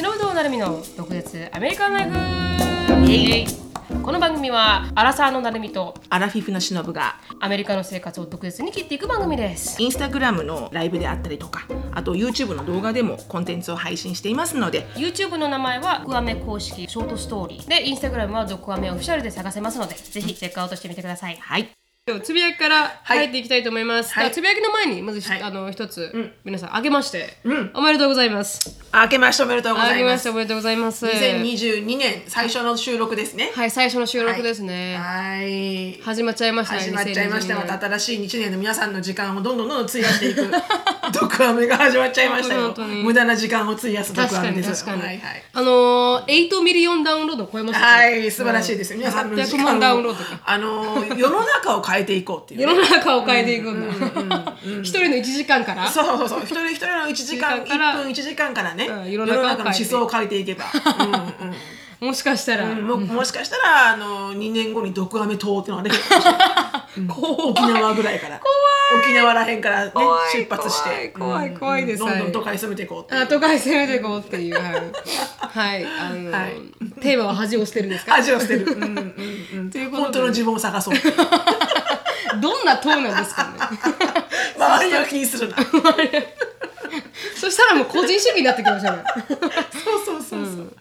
野成美の独舌アメリカンライフこの番組はアラサーの成美とアラフィフの忍がアメリカの生活を独舌に切っていく番組ですインスタグラムのライブであったりとかあと YouTube の動画でもコンテンツを配信していますので YouTube の名前はドクアメ公式ショートストーリーで Instagram はドクアメオフィシャルで探せますのでぜひチェックアウトしてみてくださいはい今日つぶやきから入っていきたいと思います、はいではつぶやきの前にまずひ、はいあの一つ、ん皆さんあけまして、うんおめでとうございます明けましておめでとうごあざいけまましてすおめでとうございます2022年最初の収録ですねはい最初の収録ですね、はい始まっちゃいましたね始まっちゃいました2022また新しい1年の皆さんの時間をどんどんどんどん費やしてい く毒アメが始まっちゃいましたよ本当に無駄な時間を費やす毒確アかメにです確かに、はいはいあのー、8ミリオンダウンロードを超えましたねはい、素晴らしいですよ。皆さんの800時間万をダウンロードかあのー世の中を変えていこうっていうね、世の中を変えていくんだ一人の1時間から そうそうそう、一人一人の1時間、時間から1分1時間からね、うん世世のの中を中の思想を変えていけ ば。うんうんもしかしたら、うんももしかしたら、あのー、2年後に毒アメ島っていうのができるかもしれ ない、うん沖縄ぐらいから。沖縄らへんからね、怖い出発して。怖い怖いうん怖いですうんどんどはいん都会攻めていこうっていう。あ都会攻めていこうっていうはい、はいあのーはいテーマは恥を捨てるんですか味を捨てる。うんうんうんということで本当の自分を探そ う。どんな党なんですかね周りを気にするな。そうそしたらもう個人主義になってきましたねそうそうそう。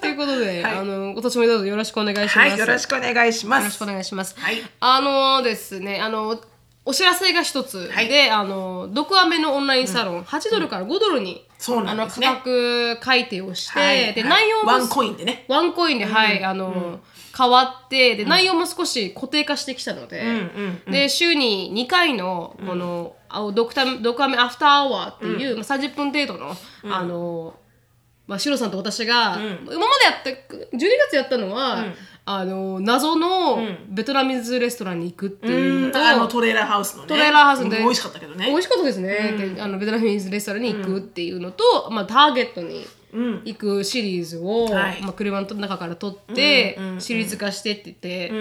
ということで、はいあのー今年もどうぞよろしくお願いします、はい、よろしくお願いしまよろしすくお。願いします。はいあのですね、あのお知らせが一つで、はいあの毒アメのオンラインサロン、8ドルから5ドルに、そうなあんのです価ね格改定をして、はいではい内容もワンコインでね。ワンコインで、はいあの、変わってで内容も少し固定化してきたので、で週に2回のこの、あドクタドクアメアフターアワーっていう、まあ、30分程度の、あのまあ、シロさんと私が、今までやった12月やったのは、あの謎のベトナムズレストランに行くっていうのと、あのトレーラーハウスのね。トレーラーハウスでうん美味しかったけどね。美味しかったですね、であのベトナムズレストランに行くっていうのと、まあ、ターゲットに行くシリーズを、はいまあ、車の中から撮って、シリーズ化してって言っ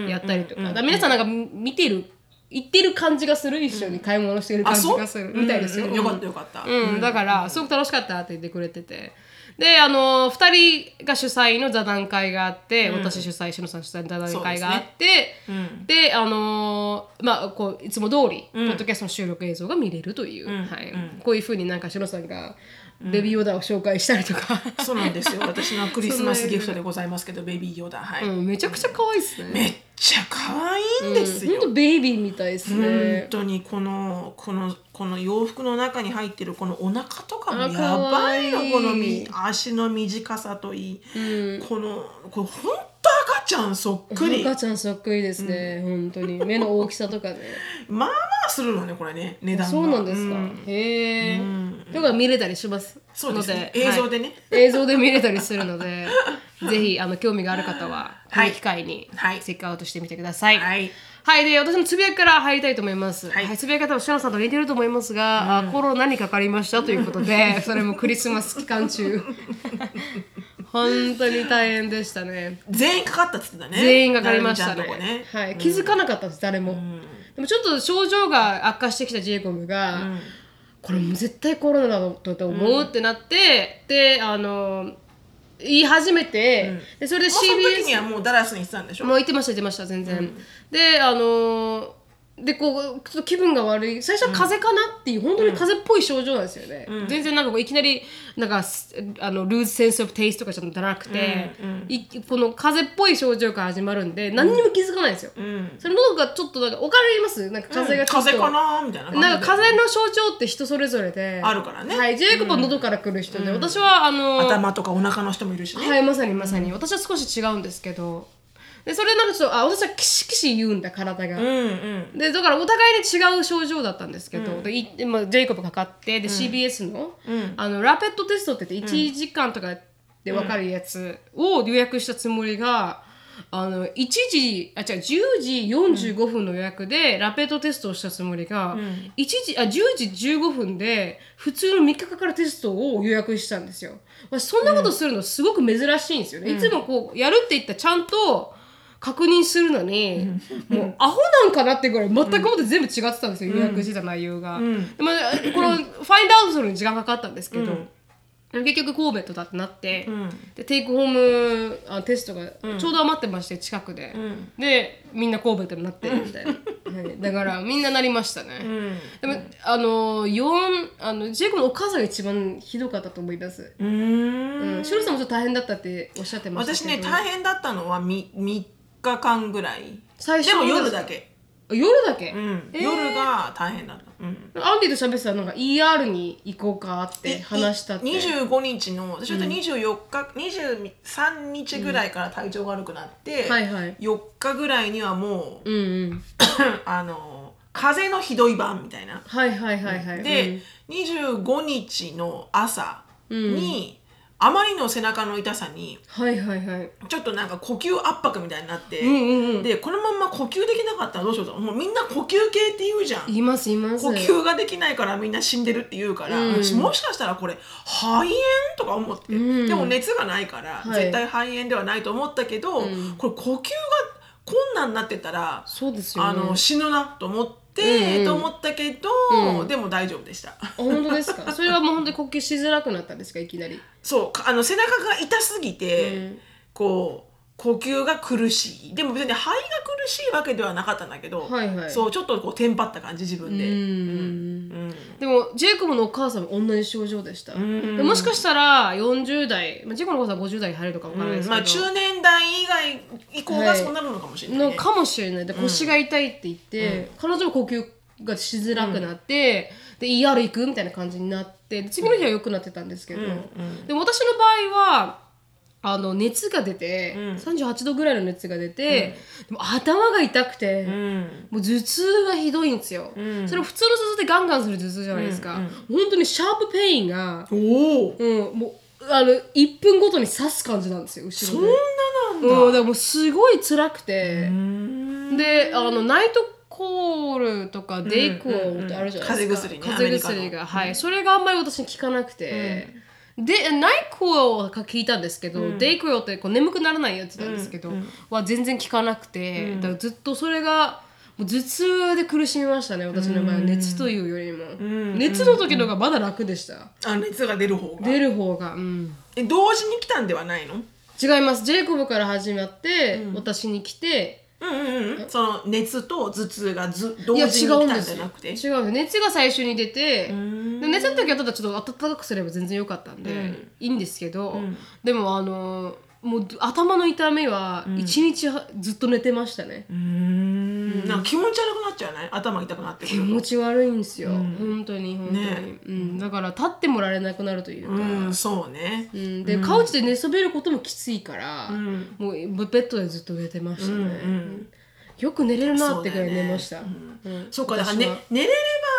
てやったりとか,、だから皆さんなんか見てる行ってる感じがする一緒に買い物してる感あ、じそうがするみたいですよ。うんうんよかったよかった。うん、だからすごく楽しかったって言ってくれててであの2人が主催の座談会があって、私主催篠さん主催の座談会があってで,、あのまあこういつも通り、ポッドキャストの収録映像が見れるという、はいこういうふうになんか篠さんがベビーオーダーを紹介したりとか、そうなんですよ。私のクリスマスギフトでございますけど、ベビーヨダ。はい。うん めちゃくちゃ可愛いですね。めっちゃ可愛いんです本よ。当ベイビーみたいです本ね。当にこのこのこの洋服の中に入ってるこのお腹とかもあやばいよ可愛いこのみ足の短さといい、このこれ本当赤ちゃんそっくり赤ちゃんそっくりですね、本当に目の大きさとかねまあまあするのねこれね値段がそうなんですか、へえ、とか見れたりしますそうですねので映像でねはい映像で見れたりするので ぜひあの興味がある方はこはのい機会にはいチェックアウトしてみてくださいはいはいで私のつぶやきから入りたいと思います、ははいいつぶやき方はシャナさんと似てると思いますが、あコロナにかかりましたということ でそれもクリスマス期間中本当に大変でしたね全員かかったっつってたね全員がかかりました成美ねちゃんとこねはい、気づかなかったんです、誰も、でもちょっと症状が悪化してきた j イコムが、これもう絶対コロナだと思うってなって、であの言い始めて、でそれでもうその時 CBS にはもうダラスに行ってたんでしょもう行ってました行ってました全然、であのーでこうちょっと気分が悪い最初は風邪かなっていう、本当に風邪っぽい症状なんですよね、全然なんかこういきなりなんかすあのルーズセンスオブテイストとかじゃなくて、いこの風邪っぽい症状から始まるんで何にも気づかないんですよ、うんそれのがちょっとなんかお金ありますなんか風邪がちょっと、風邪かなみたいな感じでなんか風邪の症状って人それぞれであるからねはいジェイコブは喉から来る人で、私はあのー頭とかお腹の人もいるしね、はいまさにまさに、私は少し違うんですけどでそれなんかちょっとあ私はキシキシ言うんだ体が、うんうんでだからお互いに違う症状だったんですけど、でいまあ、ジェイコブかかってで、CBS の,、あのラペットテストって言って1時間とかで分かるやつを予約したつもりが。あの1時あ違う10時45分の予約でラペットテストをしたつもりが、1時あ10時15分で普通の3日かかるテストを予約したんですよ私そんなことするのすごく珍しいんですよね、いつもこうやるって言ったらちゃんと確認するのに、もうアホなんかなってぐらい全くもって全部違ってたんですよ、予約してた内容が、でもこのファインドアウトするのに時間かかったんですけど、でも結局神戸とだってなって、うんでテイクホームあテストがちょうど余ってまして近くで、んでみんな神戸でもなってるみたいな、はいだからみんななりましたね、うんでも、あの四あのジェイコブのお母さんが一番ひどかったと思います。ううーんん、シロさんもちょっと大変だったっておっしゃってました私けど。ね大変だったのは 3, 3日間ぐらい最初でもの夜だけ、夜だけ。うんえー夜が大変だった、うん、アンディと喋ってたらなんか ER に行こうかって話したって。 25日の私だって24日、23日ぐらいから体調が悪くなって、はいはい。 4日ぐらいにはもう、うんうん。あの風邪のひどい版みたいなはいはいはいはい。で、25日の朝うんに、あまりの背中の痛さにうん、はいはいはい。ちょっとなんか呼吸圧迫みたいになって、うんうんうん。でこのまんま呼吸できなかったらどうしようともうみんな呼吸系って言うじゃんいますいます。呼吸ができないからみんな死んでるって言うから、うん私もしかしたらこれ肺炎とか思って、うんでも熱がないから、はい絶対肺炎ではないと思ったけど、うんこれ呼吸が困難になってたらそうですよあね。の死ぬなと思っうて、んうんと思ったけど、うんでも大丈夫でした。あ本当ですか。それ はもう本当に呼吸しづらくなったんですかいきなり。そうかあの背中が痛すぎて、うんこう呼吸が苦しいでも別に肺が苦しいわけではなかったんだけど、はいはいそうちょっとこうテンパった感じ自分で、うんうんでもジェイコブのお母さんも同じ症状でした、んでもしかしたら40代、まあ、ジェイコブのお母さんは50代に入るとかわからないですけど、まあ、中年代以外以降がそうなるのかもしれない、ねのかもしれないで腰が痛いって言って、彼女も呼吸がしづらくなって、で ER 行くみたいな感じになってで次の日は良くなってたんですけど、でも私の場合はあの熱が出て、38度ぐらいの熱が出て、でも頭が痛くて、うんもう頭痛がひどいんですよ、それ普通の頭痛ってガンガンする頭痛じゃないですか、本当にシャープペインが、おおうん、もうあの1分ごとに刺す感じなんですよ後そろんでななんだ、うん、だからもうすごい辛くて、うんであのナイトコールとかデイコールってあるじゃないですか、風邪薬ね風邪アメ薬リカがはい、それがあんまり私に効かなくて、でナイコールが効いたんですけど、デイコールってこう眠くならないやつなんですけど、は全然効かなくて、だからずっとそれがもう頭痛で苦しみましたね私の場合は熱というよりも、ん熱の時の方がまだ楽でした、あ熱が出る方が出る方がうんえ同時に来たんではないの違いますジェイコブから始まって、私に来てうんうんうんその熱と頭痛がず同いや違時に来うんたでんじすゃよなくて違うんです熱が最初に出てんで熱の時はただちょっと暖かくすれば全然良かったんで、うんいいんですけど、でもあのもう頭の痛みは一日はずっと寝てましたね、うんなんか気持ち悪くなっちゃうね頭痛くなってく気る持ち悪いんですよ、本当に本当に、ねうん、だから立ってもらえなくなるというか、うんそうねうんで、カウチで寝そべることもきついから、んもうベッドでずっと寝てましたね、うんうんよく寝れるなそっうてだぐよらねい寝ました、うんうんそうかだから、ね私は、寝れれ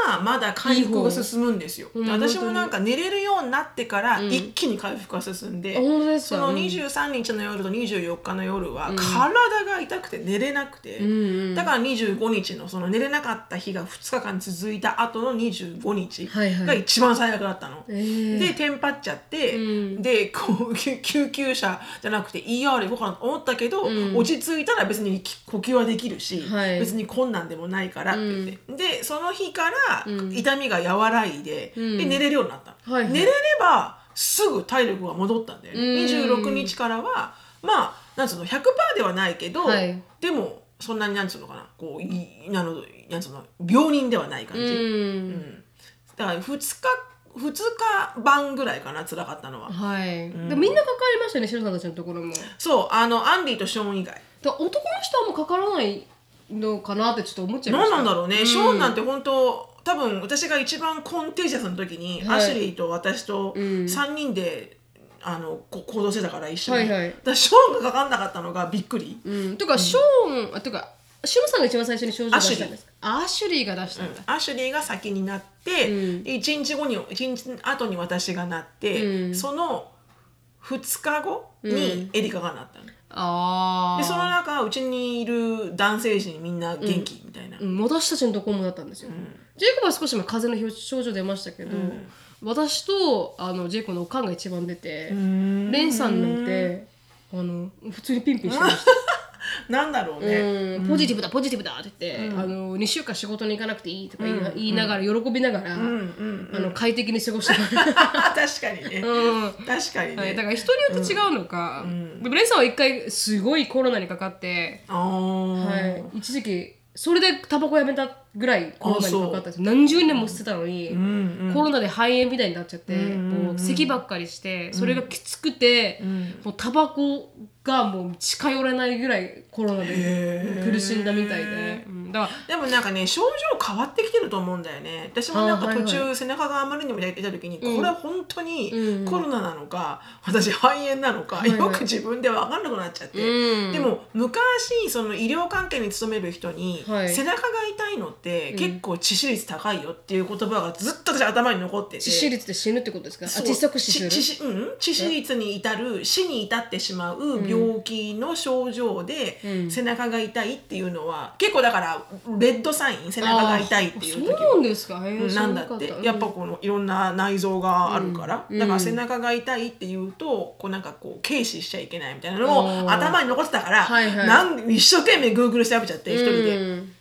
ばまだ回復が進むんですよ、うんで私もなんか寝れるようになってからん一気に回復が進んで、あ本当ですそかのうん23日の夜と24日の夜は体が痛くて寝れなくて、んうんだから25日のその寝れなかった日が2日間続いた後の25日はいはいが一番最悪だったの。えーでテンパっちゃって、うでこう救救急車じゃなくて ER 行こうかなと思ったけど、うん落ち着いたら別にき呼吸はできるし、はい別に困難でもないからって言って、でその日からうん痛みが和らいで,、うんで寝れるようになったの、はいはい寝れればすぐ体力が戻ったんだよね、うん26日からはまあなんつうの100%ではないけど、はいでもそんなになんつうのかなこういなのなんつうの病人ではない感じ。うんだから2日2日晩ぐらいかな辛かったのははい、でみんなかかりましたねシロさんたちのところもだそうあのアンディとショーン以外男の人はもうかからないのかなってちょっと思っちゃいまし何たなんだろうね、ショーンなんて本当多分私が一番コンテージャスの時に、はいアシュリーと私とん3人で、あのこ行動してたから一緒に、はいはいだからショーンがかかんなかったのがびっくり、うんとかショーン、あとかシロさんが一番最初に症状出したんですかアシュリーが出したんだ、アシュリーが先になって、うんで1日後に1日後に私がなって、うんその2日後うにエリカがなったの、あでそのあ中うちにいる男性陣みんな元気みたいな、うん、私たちのところもだったんですよ、ジェイコブは少しまあ風邪の症状出ましたけど、私とあのジェイコブのおかんが一番出て、レンさんなんてあの普通にピンピンしてましたなんだろうね。うん、ポジティブだポジティブだって言って、あの2週間仕事に行かなくていいとか言い,、言いながら喜びながら、あの快適に過ごしてる、 確かにね。確かにはい、だかね。ら人によって違うのか、でもレンさんは一回すごいコロナにかかって、あーはい、一時期それでタバコやめたぐらいコロナにかかったんです何十年も吸ってたのに、コロナで肺炎みたいになっちゃって、もう咳ばっかりしてそれがきつくて、もうタバコがもう近寄れないぐらいコロナで苦しんだみたいで、うん、だかでもなんかね症状変わってきてると思うんだよね私もなんか途中背中があまりにも焼いてた時にこれは本当にコロナなのか私肺炎なのかいはいよく自分で分かんなくなっちゃってうんでも昔その医療関係に勤める人にはい背中が痛いのって結構致死率高いよっていう言葉がずっと私頭に残っててら致死率で死ぬってことですかあそう小さく死するち致死うん、致死率に至る死に至ってしまう病気の症状で、うん背中が痛いっていうのは結構だからレッドサイン背中が痛いっていう時あーはそうなんですか、えーうん知ならんなだかっったてうんやっぱこのいろんな内臓があるから、うんだから背中が痛いっていうとこうなんかこう軽視しちゃいけないみたいなのおをー頭に残ってたから、はいはいなん一生懸命グーグル調べちゃって一人で、うん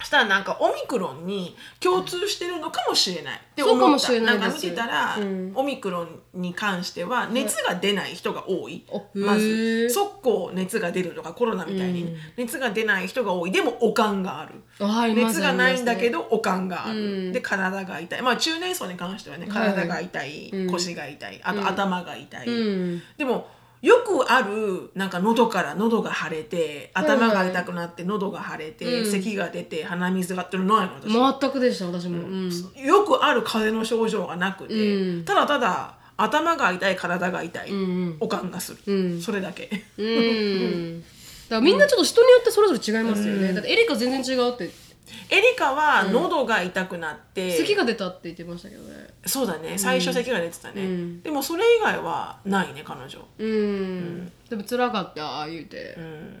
そしたらなんかオミクロンに共通してるのかもしれないってそうか思もっしたれないんですか見てたら、うんオミクロンに関しては熱が出ない人が多い、あへーまず速攻熱が出るとかコロナみたいに熱が出ない人が多いでも悪寒がある。あー熱がないんだけど、悪寒があうる。んで、体が痛い。まあ、中年層に関してはね、はいはい体が痛い、うん腰が痛い、あと頭が痛い。うんでもよくあるなんか喉から喉が腫れて頭が痛くなって喉が腫れて、うん咳が出て鼻水がっていうのないの私、全くでした私も、うんよくある風邪の症状がなくて、うんただただ頭が痛い体が痛い、うんうんおかんがする、うんそれだけうんだからみんなちょっと人によってそれぞれ違いますよね、だってエリカ全然違うってエリカは喉が痛くなって、咳が出たって言ってましたけどねそうだね最初咳が出てたね、うんでもそれ以外はないね彼女、うん、でも辛かった言うて、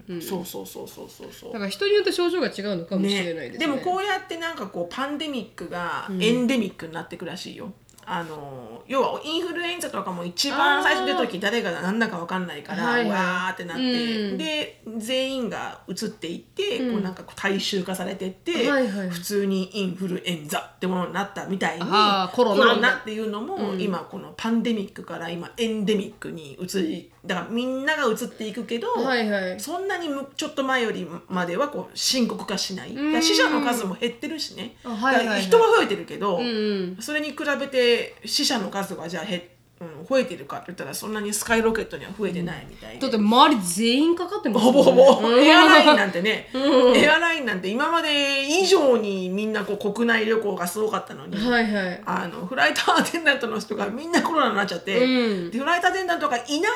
うんそうそうそうそうそうそうだから人によって症状が違うのかもしれないですねでもこうやってなんかこうパンデミックがエンデミックになってくらしいよ、あの要はインフルエンザとかも一番最初出た時誰が何だか分かんないから、はいはいわーってなって、うんで全員が移っていって、こうなんかこう大衆化されてって、はいはい普通にインフルエンザってものになったみたいにあーコロナっていうのも、今このパンデミックから今エンデミックに移りだからみんなが移っていくけど、はいはいそんなにむちょっと前よりまではこう深刻化しないだんから死者の数も減ってるしねあはいはいはいだから人は増えてるけど、うんうんそれに比べて死者の数がじゃあ減,、うん、増えてるかって言ったらそんなにスカイロケットには増えてないみたいでだって周り全員かかってますほもんねぼほぼ、うんエアラインなんてね、エアラインなんて今まで以上にみんなこう国内旅行がすごかったのに、はいはいあのフライトアテンダントの人がみんなコロナになっちゃって、うんでフライトアテンダントがいないか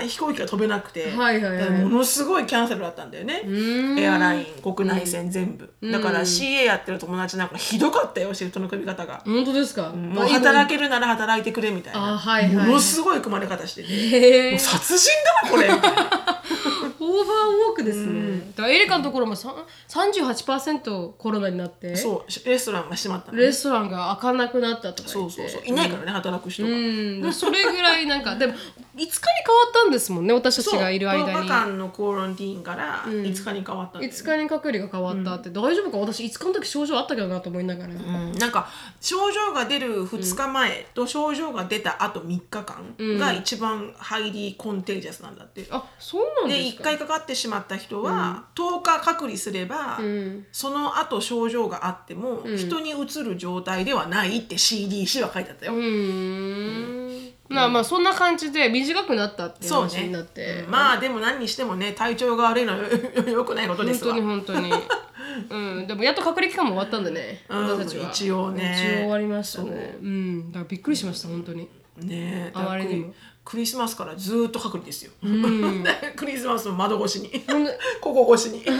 ら飛行機が飛べなくて、はいはいはいだからものすごいキャンセルだったんだよね、うんエアライン国内線全部、だから CA やってる友達なんかひどかったよシフトの組み方が、本当ですかもう働けるなら働いてくれみたいな、あはいはいものすごい組まれ方してて。へもえう殺人だなこれみたいな オーバーウォークですね、だからエリカのところもさ38%コロナになってそうレストランが閉まったのねレストランが開かなくなったとか言そうってそうそういないからね、働く人が、うん、それぐらいなんかでも5日に変わったんですもんね私たちそうがいる間10日に間のコロンティーンから5日に変わったんだよね5日に隔離が変わったって、大丈夫か私5日の時症状あったけどなと思いながら、うんなんか症状が出る2日前と症状が出たあと3日間が一番ハイリーコンテージャスなんだって。あそうなんでです1か回かかってしまった人は10日隔離すれば、んその後症状があっても、人にうつる状態ではないって CDC は書いてあったよ。うーんまあまあそんな感じで短くなったっていうそう話ねになって、、うんまあでも何にしてもね体調が悪いのは良くないことで本す当わに。本当に うんでもやっと隔離期間も終わったんでね、うん私たちは一応ね一応終わりましたねうんだからびっくりしました本当にねえあまりにもクリスマスからずーっと隔離ですよ。 クリスマスの窓越しに ほんでここ越しに。で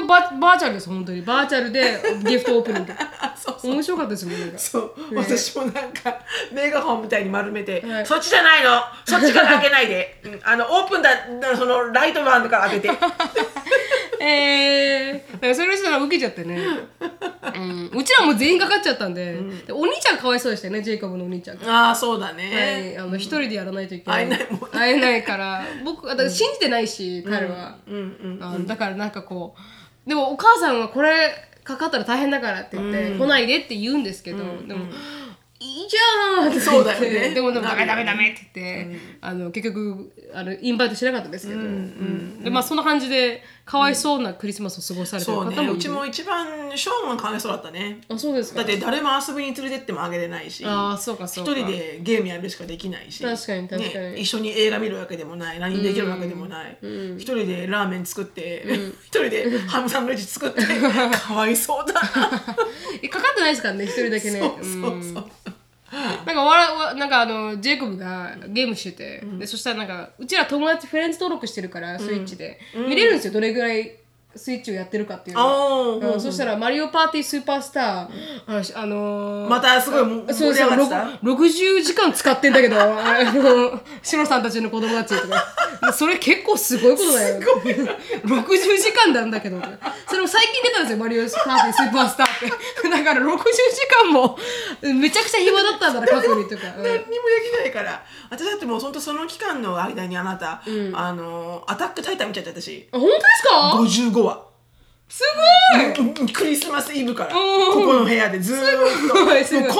もババーチャルです本当にバーチャルでギフトオープニング そう面白かったですもんなんかそう、私もなんかメガホンみたいに丸めて、はいそっちじゃないの そっちから開けないで、うんあのオープンだだからそのライトバーンから開けてええー、だからそれしたら受けちゃ ってね、うん、うちらも全員かかっちゃったんで,、でお兄ちゃんかわいそうでしたよねジェイコブのお兄ちゃんが。ああそうだはい、ね、あの一人でやらないといけない会えないもん会えない から僕だから信じてないし、彼は、うんうんあのだからなんかこうでもお母さんはこれかかったら大変だからって言って、来ないでって言うんですけど、でも、いいじゃんって言ってそうだよねでもでもなダるメよねダメダメって言って、あの結局あのインバイトしなかったですけど、うんでまあそんな感じでかわいそうなクリスマスを過ごされてるそ方もういねるうちも一番ショーンはかわいそうだったねあそうですかだって誰も遊びに連れてってもあげれないしああそうかそ一うか人でゲームやるしかできないし確かに確かにね、一緒に映画見るわけでもない何できるわけでもない一、人でラーメン作って、一人でハムサンドイッチ作って かわいそうだなえかかってないですからね一人だけねそうそうそう、なんかわらわなんかあのジェイコブがゲームしてて、でそしたらなんかうちら友達フレンズ登録してるからスイッチで、見れるんですよどれぐらいスイッチをやってるかっていうのがあうんそしたら「マリオパーティースーパースター」あのしあのあーまたすごいもそ盛うり上そうがってたろく60時間使ってんだけどあ のシロさんたちの子供たちとかそれ結構すごいことだよごいな60時間なんだけどそれも最近出たんですよ「マリオパーティースーパースター」ってだから60時間もめちゃくちゃ暇だったんだな過去にとか、うん何にもできないから私だってもう本当その期間の間にあなた、あのアタックタイタン見ちゃって私あ本当ですか55話すうんクリスマスイブからこうんこの部屋でずーっとごいもうこんすごいな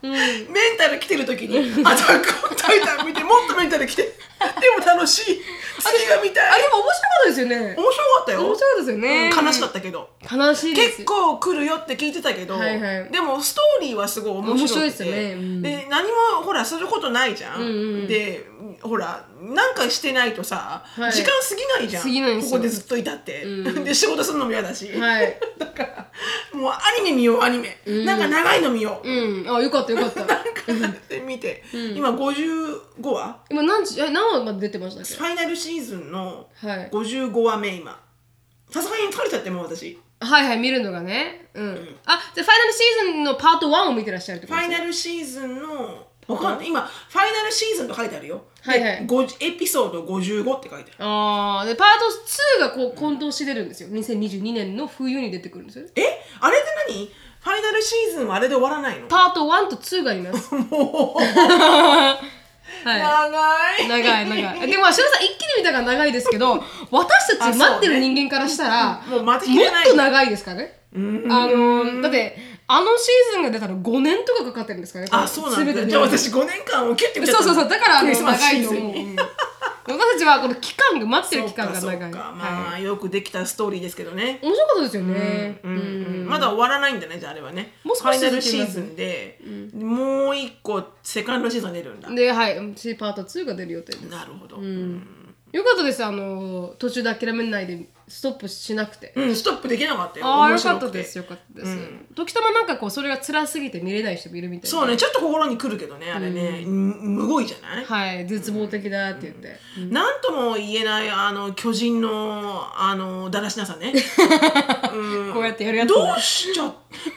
メンタル来てる時に「アタックオンタイタン」見てもっとメンタル来てでも楽しい次が見あたいでも面白かったですよね面白かったよ面白かったですよね、悲しかったけどた悲しいです結構来るよって聞いてたけど、はいはいでもストーリーはすごい面白くて面白いですよねうんで何もほらすることないじゃん、でほらなんかしてないとさ、はい時間過ぎないじゃん過ぎないんですこよこでずっといたって、で仕事するのも嫌だし、はいだからもうアニメ見ようアニメ、なんか長いの見よう、うんあよかったよかったなんかで見て、今55話今何時え何話まで出てましたっファイナルシーズンのけ、はい、 55話目今さすがに疲れちゃってもう私はいはい見るのがねうん、あじゃあファイナルシーズンのパート1を見てらっしゃるってこフとでァすイねナルシーズンの、わかんない。今、ファイナルシーズンと書いてあるよ。はいはいでごじエピソード55って書いてある。あーでパート2がこう混同して出るんですよ2022年の冬に出てくるんですよえあれって何ファイナルシーズンはあれで終わらないのパート1と2がありますもう、は長いい。長い長いでも白さん一気に見たから長いですけ ど私たち待ってる人間からしたら、あそうねもう待ちきもっれないと長いですからねうんあのーだってあのシーズンが出たら5年とかかかってるんですかねあ、そうなん全てだ。でじゃあ私5年間をキュッて見ちゃったそうそうそうだからあクのリスマス長シいーとズ思ンうに。うん私たちはこの期間が待ってそるう期間かがそ長うい、か。はい、まあ、よくできたストーリーですけどね。面白かったですよね、うんまだ終わらないんだね、じゃああれはね。もう少しファイナルシーズンで、もう一個、セカンドシーズン出るんだ。ではい私パート2が出る予定ですなるほど。よかったですあの途中で諦めないでストップしなくて、うん、ストップできなかったよ。ああ面よか白っくたてですよかったです、時たまなんかこうそれが辛すぎて見れない人もいるみたいなそうね、ちょっと心に来るけどね、あれね、むむごいじゃない、はい絶望的だって言って、なんとも言えない、あの、巨人の、あの、だらしなさね。こうやってやるやつねどうしちゃ、こ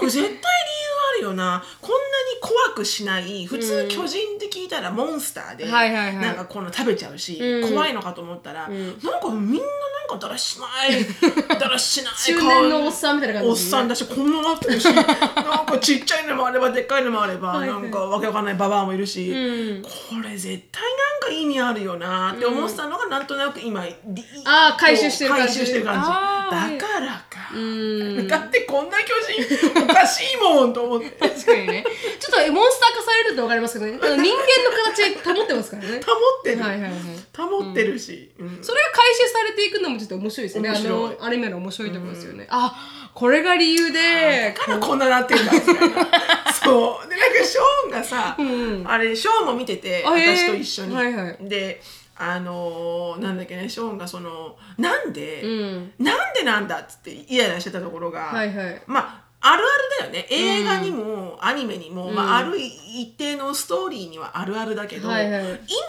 れ絶対理由あるよな。こんなに怖くしない、普通巨人って聞いたらモンスターで、はいはいはいなんかこの食べちゃうし、怖いのかと思ったら、なんかみんななんかだら しない、だらしない中年のおっさんみたいな感じおっさんだしこんななって るしなんかちっちゃいのもあればでっかいのもあればいはないんかわけわかんないババアもいるし、うんこれ絶対なんか意味あるよなって思ってたのがなんとなく今、りあー回収してる感じ回収してる感じあーだからか、うんだってこんな巨人おかしいもんと思って確かにねちょっとモンスター化されると分かりますけどねあの人間の形保って ますからね保ってる、はいはいはい保ってるし、うんそれが回収されていくのもちょっと面白いですよねあ面白いのアニメの面白いところですよね、あこれが理由でだからこんななってんだみたいなそうでなんかショーンがさ、あれショーンも見ててあへー私と一緒に、はいはいであのーなんだっけねショーンがそのなんで、うんなんでなんだっつってイライラしてたところが、はいはいまああるあるだよね映画にもアニメにも、まあ、ある一定のストーリーにはあるあるだけど、はいはい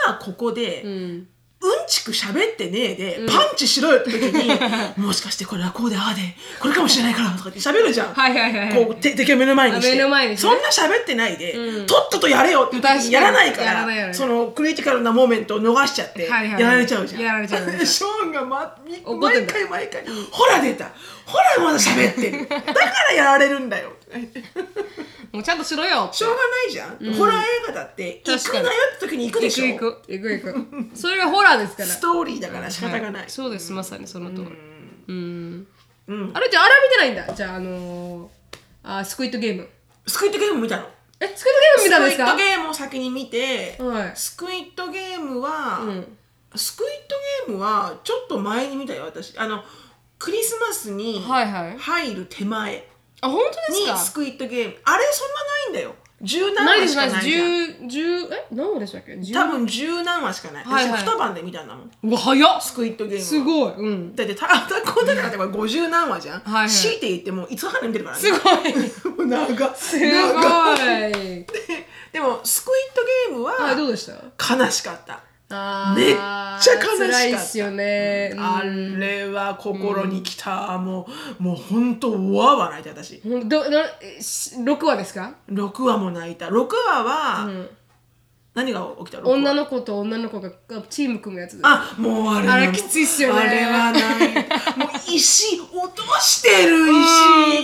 今ここで、うんうんちく喋ってねえで、パンチしろよって時に もしかしてこれはこうでああでこれかもしれないからとかって喋るじゃん。はいはいはいこうて敵を目の前にしあて目の前にしてそんな喋ってないで、とっととやれよって時にやらないか確かにやらないやらならいそのクリティカルなモーメントを逃しちゃってはやいはいられちゃうじゃん。やられちゃうやられちゃうでショーンがが、ま、み怒って毎んだ回毎回「ほら出たほらまだ喋ってるだからやられるんだよ」もうちゃんとしろよってしょうがないじゃん、ホラー映画だって行確くかになよって時に行くでしょ行く行く行く行く それがホラーですからストーリーだから仕方がない、はいそうですまさにその通りうんうんあれじゃああれは見てないんだじゃああのーあスクイットゲームスクイットゲーム見たのえスクイットゲーム見たんですかスクイットゲームを先に見て、はいスクイットゲームは、うんスクイットゲームはちょっと前に見たよ私あのクリスマスにはいはい入る手前あ本当にですスかクイットゲームあれそんなないんだよ十何ないで話すしなかいでないすじゃん10 10え何話でしたっけ10多分十何話しかない、はいはい私二晩で見たんだもんうわ早っスクイットゲームはすごいうんだってた たこだからって50何話じゃん、はいはい強いて言ってもいつ話見てるからすごい もう長っすごい長はっいでもスクイットゲームどはうでした悲しかった、あーめっちゃ悲しかった辛いっすよね、うんあれは心にきた、もうもうほんとわわ泣いた私ほんどなえし6話ですか、 6話も泣いた6話は、うん、何が起きた6話女の子と女の子がチーム組むやつですあもうあれはあれきついっすよねあれはないもう石落として るうんそう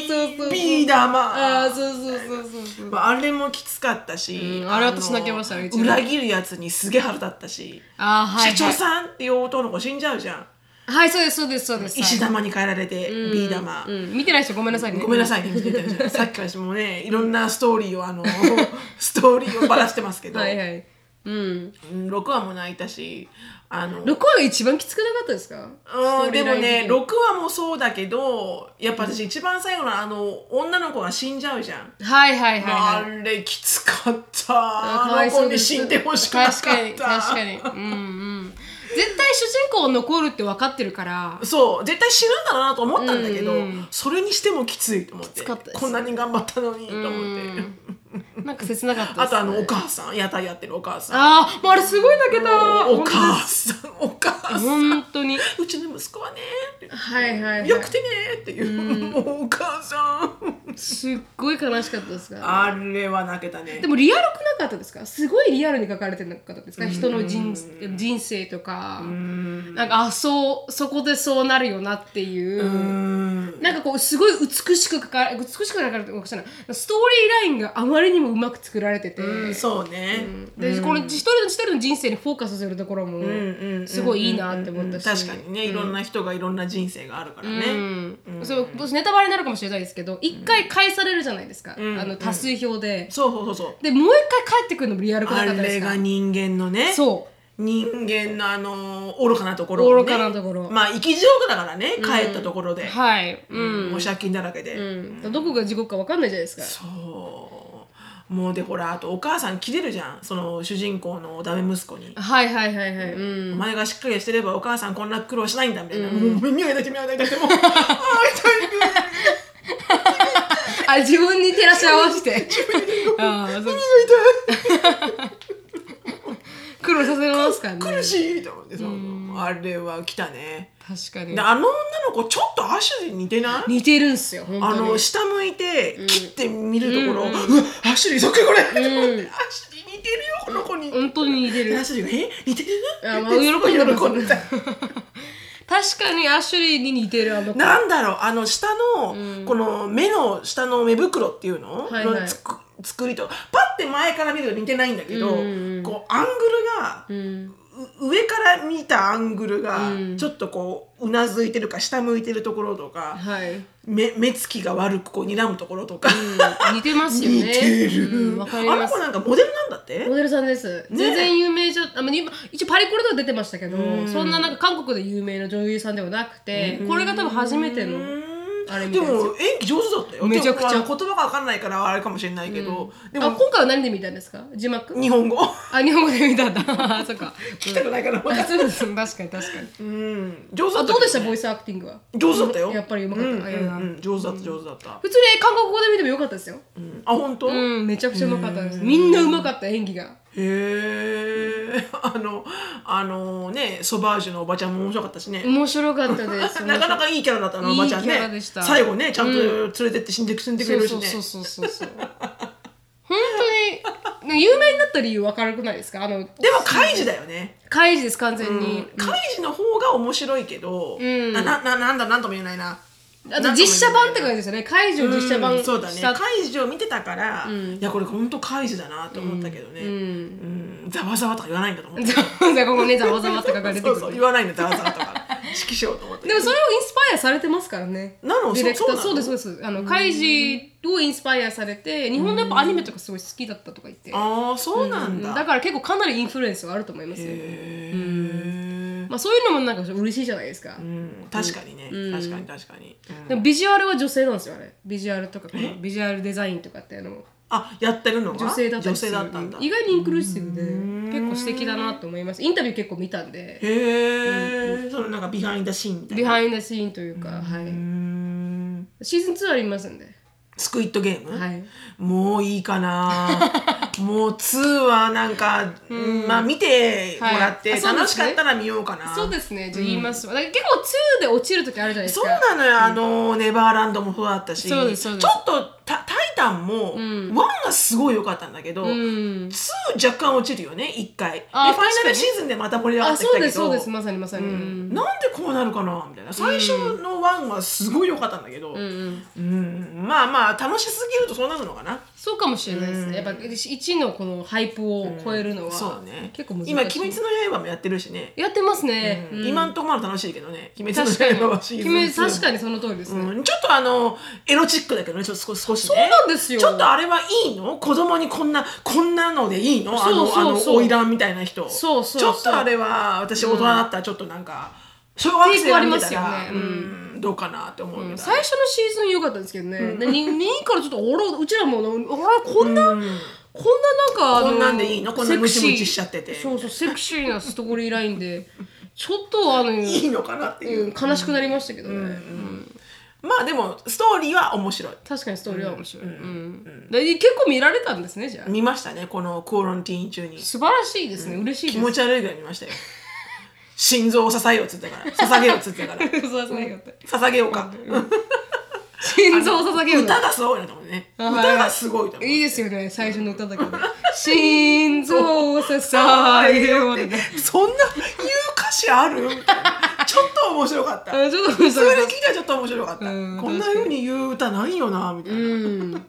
そうそう石ビー玉あーそうそうそうそうそうまあ、あれもきつかったし、うんあれ私泣きましたよあの一番裏切るやつにすげえ腹立ったし、あーはい、はい、社長さんっていう男の子死んじゃうじゃんはいそうですそうですそうです石玉に変えられて、うんビー玉、うん、見てない人ごめんなさいねごめんないさいね見てたじゃん さっきから私もねいろんなストーリーを あのストーリーをばらしてますけど、はいはいうんうん6話も泣いたしあの6話が一番きつくなかったですかうん、でもね6 6話もそうだけどやっぱ私一番最後のあの女の子が死んじゃうじゃん、はいはいはいはいあれきつかったかあわいのそ子うでにす死んでほしくなかった確かに確かにうんうん絶対主人公残るって分かってるからそう絶対死ぬんだろうなと思ったんだけど、うんうんそれにしてもきついと思ってきつかったですこんなに頑張ったのにと思って、うんなんか切なかったですねあとあのお母さん屋台やってるお母さんあーもうあれすごい泣けたお母さんお母さん本当にうちの息子はねってはいはい、はい、よくてねっていう、もうお母さんすっごい悲しかったですからあれは泣けたねでもリアルくなかったですかすごいリアルに書かれてなかったですか人の人人生とかなんかあそうそこでそうなるよなっていううーんなんかこうすごい美しく書か美しく書かれてるわけじゃないストーリーラインがあまりにもうまく作られてて、うんそうね、で、この一人の一人の人生にフォーカスするところもうんうんすごいいいなって思ったし、確かにねいろんな人がいろんな人生があるからね、うんそうネタバレになるかもしれないですけど一回返されるじゃないですか、んあの多数票で、そうそうそうそうでもう一回帰ってくるのもリアルくなあかったでれすかが人間のねそう人間のあの愚かなところをね愚かなところまあ生き地獄だからね帰ったところで、はい、うんもう借金だらけで、うん、どこが地獄か分かんないじゃないですかそうもうでほらあとお母さん切れるじゃんその主人公のダメ息子に、はいはいはいはい、うんお前がしっかりしてればお母さんこんな苦労しないんだみたいな、もう耳が痛いて耳が痛いてもうあー痛いあ自分に照らし合わせてあーそう苦労させますからね苦しいと思ってそうあれは来たね確かにであの女の子ちょっとアッシュに似てない似てるんすよ本あ当のに下向いて切って見るところ、うわアシュリーそっくりこれ、と思ってアシュリー似てるよこの子に、本当に似てるアシュリーがえ似てるあまあ喜んでます喜んでた確かにアシュリーに似てるあの子なんだろうあの下の、この目の下の目袋っていうの、はいはいのつく作りとパッて前から見ると似てないんだけど、うんうんうんこうアングルが、うんう上から見たアングルがうんちょっとこううなずいてるか下向いてるところとか、はい、うん目目つきが悪くこう睨むところとか、似てますよね 似てる、うんわ、かりあのます子なんかモデルなんだってモデルさんです、全然有名じゃあまあ今一応パリコレとか出てましたけど、そんななんか韓国で有名な女優さんではなくて、これが多分初めての、うんあれみでたいですよも演技上手だったよめちゃくちゃでもあの言葉が分かんないからあれかもしれないけど、であも今回は何で見たんですか字幕日本語あ日本語で見たんだ あそっか、聞きたくないからまあだ、そうです確かに確かにうん、上手だあったどうでしたけボイスアクティングはどね上手だったよやっぱりうまかった、うんあういやいやんうん、上手だった上手だった、普通に韓国語で見てもよかったですようんあ本当、うへんめちゃくちゃうまかったですみんなうまかった演技がえ あのあのねソバージュのおばちゃんも面白かったしね、面白かったです なかなかいいキャラだったのおばちゃんいいねキャラでした最後ねちゃんと連れてって死んでく死んでくそれうるしそうねそうそうそうそう本なんか有名になった理由わかるくないですかあのでも開示だよね開示です完全に、カイジの方が面白いけど、んななななんだなんとも言えないなあと実写版って感じですよね開示を実写版うしんた、そうだねカイジを見てたから、いやこれ本当カイジだなと思ったけどね、うんざわざわとか言わないんだと思ってざわざわここねざわざわとかが出てくるそうそう言わないんだざわざわとか指揮しようと思ってでもそれをインスパイアされてますからねなのディレクターそそううなでのすそうですあの開示をインスパイアされて日本のやっぱアニメとかすごい好きだったとか言ってああそうなんだ、だから結構かなりインフルエンスはあると思いますよ、へーまあ、そういうのもなんか嬉しいじゃないですか、うん確かにね、確かに確かに、うんでもビジュアルは女性なんですよあれビジュアルとかこのビジュアルデザインとかってあのあやってるのが女性だったりする女性だったんだ意外にインクルーシブで結構素敵だなと思いますインタビュー結構見たんでへえ、そのなんかビハインドシーンみたいビなハインドシーンというか、はうーい、んシーズン2ありますんで、スクイットゲーム、はい、もういいか なもう2はなんか、まあ見てもらって、はいあそうですね楽しかったら見ようかなそうですねじゃあ言いますわ、だから結構2で落ちる時あるじゃないですそうかなのよ、あのネバーランドもそうだったしそうですそうですちょっとタ「タイタン」も、1がすごい良かったんだけど、うん2若干落ちるよね1回でフあァイー確ナかルにシーズンでまた盛り上があってきそたうけどですそうですまさにまさに、ううんんなんでこうなるかなみたいな最初の1はすごい良かったんだけど、うんまあまあ楽しすぎるとそうなるのかなそうかもしれないですね、やっぱ1のこのハイプを超えるのは、そうね結構難しい今「鬼滅の刃」もやってるしね、やってますね、うん今んとこまだ楽しいけどね「鬼滅確かにの刃」シーズン君2確かにその通りですね、うん、ちょっとあのエロチックだけどねちょっと少し少しねそうなんですよちょっとあれはいいの子供にこんなこんなのでいいのあのそうそうそうあの花魁みたいな人そうそうそうちょっとあれは私大人だったらちょっとなんか、小学生が見てたら抵抗ありますよねうんどうかなって思うけど、最初のシーズン良かったんですけどね、で 2, 位からちょっとおらうちらもなあらこんな、こんななんかあこんなんでいいのこんなムチムチしちゃっててセクシーそうそうセクシーなストーリーライン でちょっとあの、いいのかなっていう、うん悲しくなりましたけどね、まあでもストーリーは面白い確かにストーリーは面白い、うんで結構見られたんですねじゃあ見ましたねこのコロンティーン中に素晴らしいですね、嬉しいです気持ち悪いぐらい見ましたよ心臓を支えようっつってから捧げようっつってから そうそうよかった捧げようか心臓を捧げるの歌がすごいなと思うねあはい歌がすごいと思ういいですよね最初の歌だけで心臓を支えようってね そんな言う歌詞あるみたいなちょっと面白かったあのちょっと面それ白いで聞いたらちょっと面白かったうんこんな風に言う歌ないよなみたいな、うん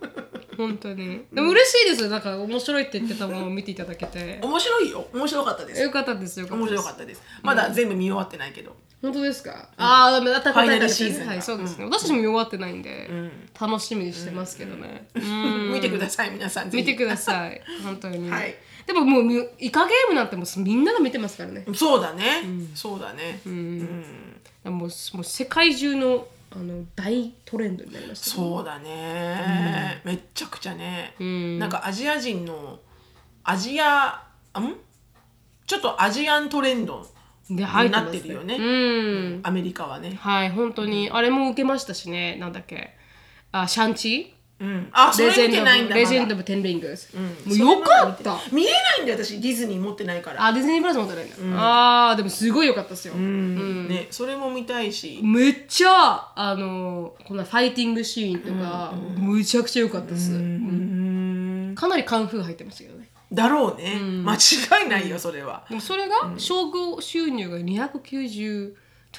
本当にでも嬉しいですよなんか面白いって言ってたものを見ていただけて面白いよ面白かったですよかったですよかった面です白かったですまだ全部見終わってないけど、本当ですか、ああまたファイナルシーズンがはいそうですね、私たちも弱ってないんで、楽しみにしてますけどね、うん見てください皆さんぜ見ひてください本当に、はいでももうイカゲームなんてもうみんなが見てますからねそうだね、そうだね、もうもう世界中のあの大トレンドになりましたそうだね、めっちゃくちゃね、なんかアジア人のアジアんちょっとアジアントレンドで入ってなまっすてるよねうんアメリカはね、はい本当に、あれも受けましたしねなんだっけあシャンチうん、あそれレジェ見ンドてないんだレジェンまド・だオブ・テン・リングス、それもうよまだかった見れないんだよ私ディズニー持ってないから、あディズニープラス持ってないんだ、あーでもすごいよかったですよ、ねそれも見たいし、めっちゃあのこんなファイティングシーンとか、むちゃくちゃ良かったです、うんかなりカンフー入ってましたけどねだろうね、間違いないよそれは、でもそれが商業収入が290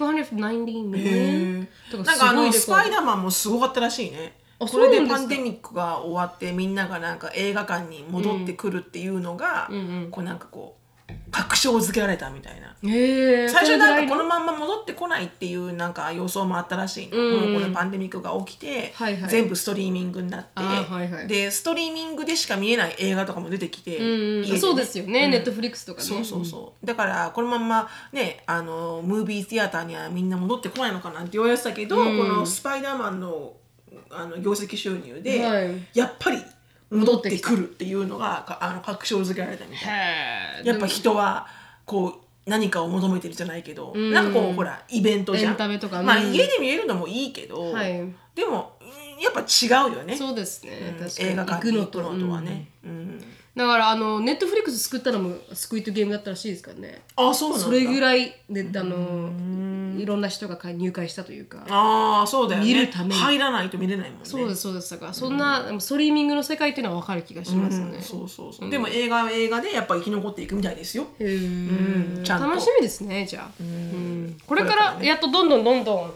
290ミリオンとなんかすかあごいでのスパかイいダーマンもすごかったらしいねあこそうれなでんですパかンデミックが終わってみんながなんか映画館に戻ってくるっていうのが、こうなんかこう確証づけられたみたいなへえ最初なんかこのまんま戻ってこないっていうなんか予想もあったらしいの、もうこのパンデミックが起きて、はいはい全部ストリーミングになって、あーはいはいでストリーミングでしか見えない映画とかも出てきて、うん家ねそうですよね、ネットフリックスとかねそうそうそうだからこのまんまねあのムービーティアターにはみんな戻ってこないのかなって言われてたけど、この「スパイダーマンの」あの業績収入で、はいやっぱり戻ってくるっていうのがかあの確証づけられたみたいな。へーやっぱ人はこう何かを求めてるじゃないけど、なんかこうほらイベントじゃんエンタメとかまあ、うん家で見えるのもいいけど、はいでもうんやっぱ違うよねそうですね、確かに映画行館くにの行くとのとはね、うんだからあのネットフリックス救ったのもスクイットゲームだったらしいですからねあそうなんだそれぐらいであのいろんな人がか入会したというかああそうだよね見るために入らないと見れないもんねそうですそうですだからそんな、でもストリーミングの世界っていうのは分かる気がしますね、うんそうそうそう、でも映画は映画でやっぱ生き残っていくみたいですよへーうんちゃんと楽しみですねじゃあ、うんこれからやっとどんどんどんどん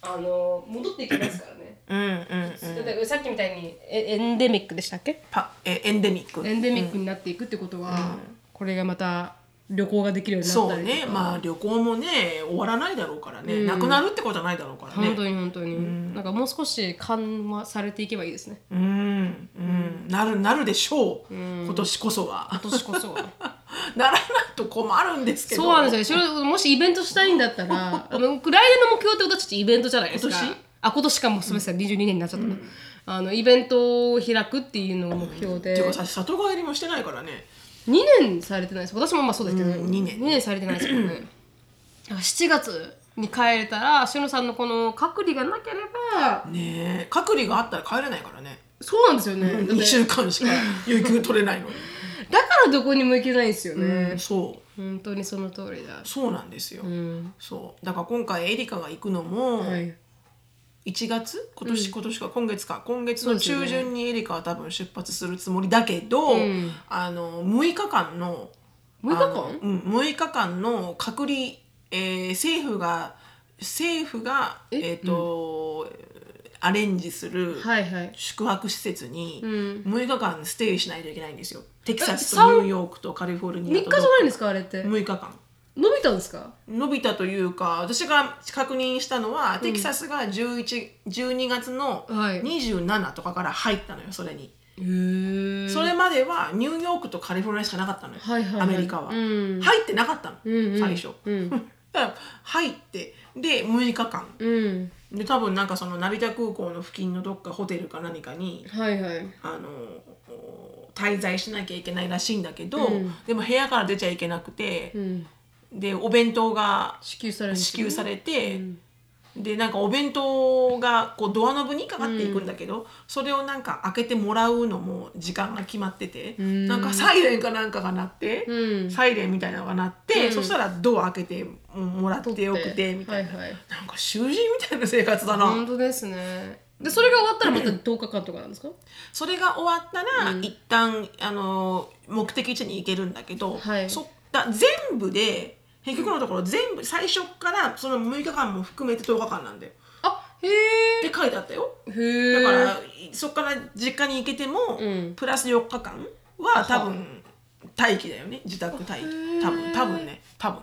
あの戻っていきますからねうんうんうんだからさっきみたいにエエンデミックでしたっけパえエンデミックエンデミックになっていくってことは、これがまた旅行ができるようになっそたうりねまあ旅行もね終わらないだろうからね、なくなるってことはないだろうから本ね当に本当に、なんかもう少し緩和されていけばいいですねうんうんなるなるでしょう、今年こそは 今年こそはならないと困るんですけどそうなんですよそれもしイベントしたいんだった らあの来年の目標って私たちイベントじゃないですか今年あ今年かもうすみません22年になっちゃったな、あのイベントを開くっていうのが目標で、ていうか2さ里帰りもしてないからね年されてないです私もまあそうですけど、うん二年2年されてないですもん ねだから7月に帰れたらしのさんのこの隔離がなければねえ隔離があったら帰れないからねそうなんですよね、だって2週 間しか有給取れないのに、だからどこにも行けないんですよね、うんそう本当にその通りだそうなんですよ、うんそうだから今回エリカが行くのもはい1月今年、今年か今月か今月そのう中ですよね旬にエリカは多分出発するつもりだけど、んあの6日間の6日あの間うん、6日間の隔離、えー政府が政府がええっ、と、アレンジするはいはい宿泊施設にうん6日間ステイしないといけないんですよ。テキサスえと三ニューヨークとカリフォルニア3日とじゃないんですかあれって伸6日間。びたんですか伸びたというか私が確認したのは、テキサスが11 12月のはい27とかから入ったのよそれに、へえそれまではニューヨークとカリフォルニアしかなかったのよ、はいはいはいアメリカは、うん入ってなかったの、うんうん最初、うだんから入ってで6日間うんで多分なんかその成田空港の付近のどっかホテルか何かにはいはいあのお滞在しなきゃいけないらしいんだけど、うんでも部屋から出ちゃいけなくてう、んでお弁当が支給されるんです支よね給されて、でなんかお弁当がこうドアノブにかかっていくんだけど、それをなんか開けてもらうのも時間が決まってて、んなんかサイレンかなんかが鳴って、うんサイレンみたいなのが鳴って、うんそしたらドア開けてもらってよくてみたいな、はいはいなんか囚人みたいな生活だな、本当ですねでそれが終わったらまた10日間とかなんですかそれが終わったら、一旦あの目的地に行けるんだけど、はいそだ全部で結局のところ全部最初からその6日間も含めて10日間なんだよあへって書いてあったよ。えへだえからそこから実家に行けても、うんプラス4日間は多分待機だよね自宅待へ機ー多分多分ね多分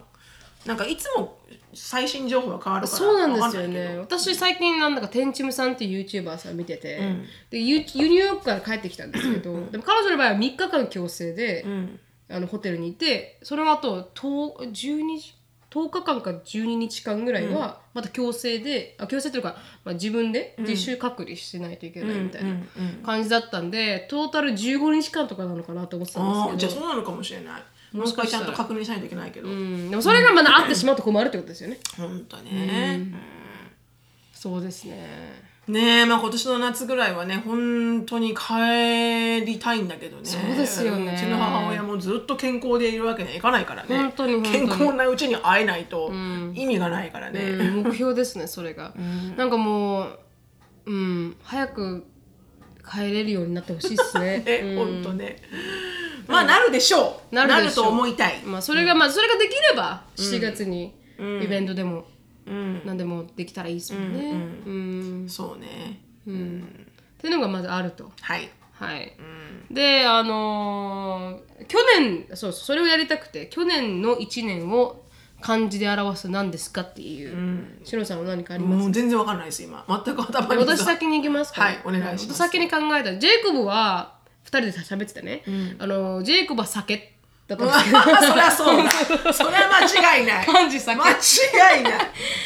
なんかいつも最新情報が変わるからそうなんですよわかねんない私最近なんだかテンチムさんっていう YouTuber さん見てて、んでユニューヨークから帰ってきたんですけどでも彼女の場合は3日間強制で、けどうんあのホテルにいてその後とう12時10日間か12日間ぐらいはまた強制で、あ強制というか、まあ、自分で自主隔離してないといけないみたいなうんうんうん感じだったんでトータル15日間とかなのかなと思ってたあんーでじゃすあけそどうなのかもしれないもうし一か回しちたゃらんと確認しないといけないけど、うん、でもそれがまだあってしまうと困るってことですよね、ほんとね、そうですねねえまあ今年の夏ぐらいはね本当に帰りたいんだけどねそうですよねうちの母親もずっと健康でいるわけにはいかないからね本当に本当に健康なうちに会えないと意味がないからね、うん、目標ですねそれが、なんかもう、うん、早く帰れるようになってほしいです ねえ、うん本当ね。まあ、なるでしょう。ななるるでしょとう思いたい。まあ、それが、まあ、それができれば7月にイベントでもうん、何でもできたらいいですもんね。うんそうね。っていうのがまずあると。はい。はいであのー去年そうそうそれをやりたくて去年の1年を漢字で表す何ですかっていう、しのさんは何かありますもう全然わかんないです、今。全く頭に。私先に行きますから、はいお願いします私先に考えたジェイコブは2人で喋ってたね、あのジェイコブは酒だったんうでわすけどそりゃそう だ。それは間違いない。漢字酒間違いない。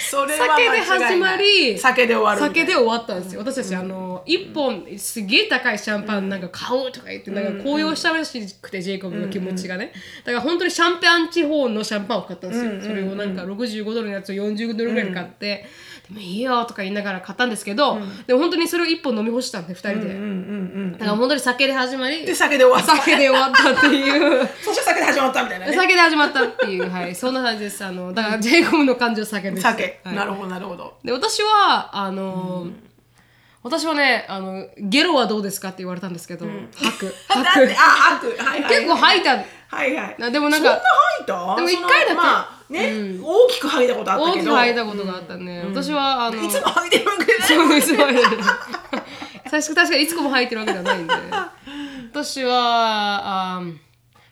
それは間違いない。酒で始まり酒で終わる。酒で終わったんですよ私たち、あの1本すげえ高いシャンパンなんか買おうとか言ってなんか高揚したらしくてジェイコブの気持ちがねだから本当にシャンペアン地方のシャンパンを買ったんですよそれをなんか65ドルのやつを40ドルぐらいで買ってででもいいよとか言いながら買ったんですけど、でも本当にそれを一本飲み干したんで2人で、うんうんだから本当に酒で始まりで酒で終わった酒で終わったって いうそして酒で始まったみたいなね酒で始まったっていうはいそんな感じですあのだから j イコムの感情酒です酒、はいなるほどなるほどで私はあのー私はねあのゲロはどうですかって言われたんですけど、吐 くあ吐くあ悪はいはい結構吐いたはいはいなでもなんそんかな吐いたでも一その回だけまあね、大きく吐いたことあった大けきくど吐いたことがあったね、私はあのいつも吐いてるわけじゃなそいうですそうです最初確かにいつこも入ってるわけではないんで私はあー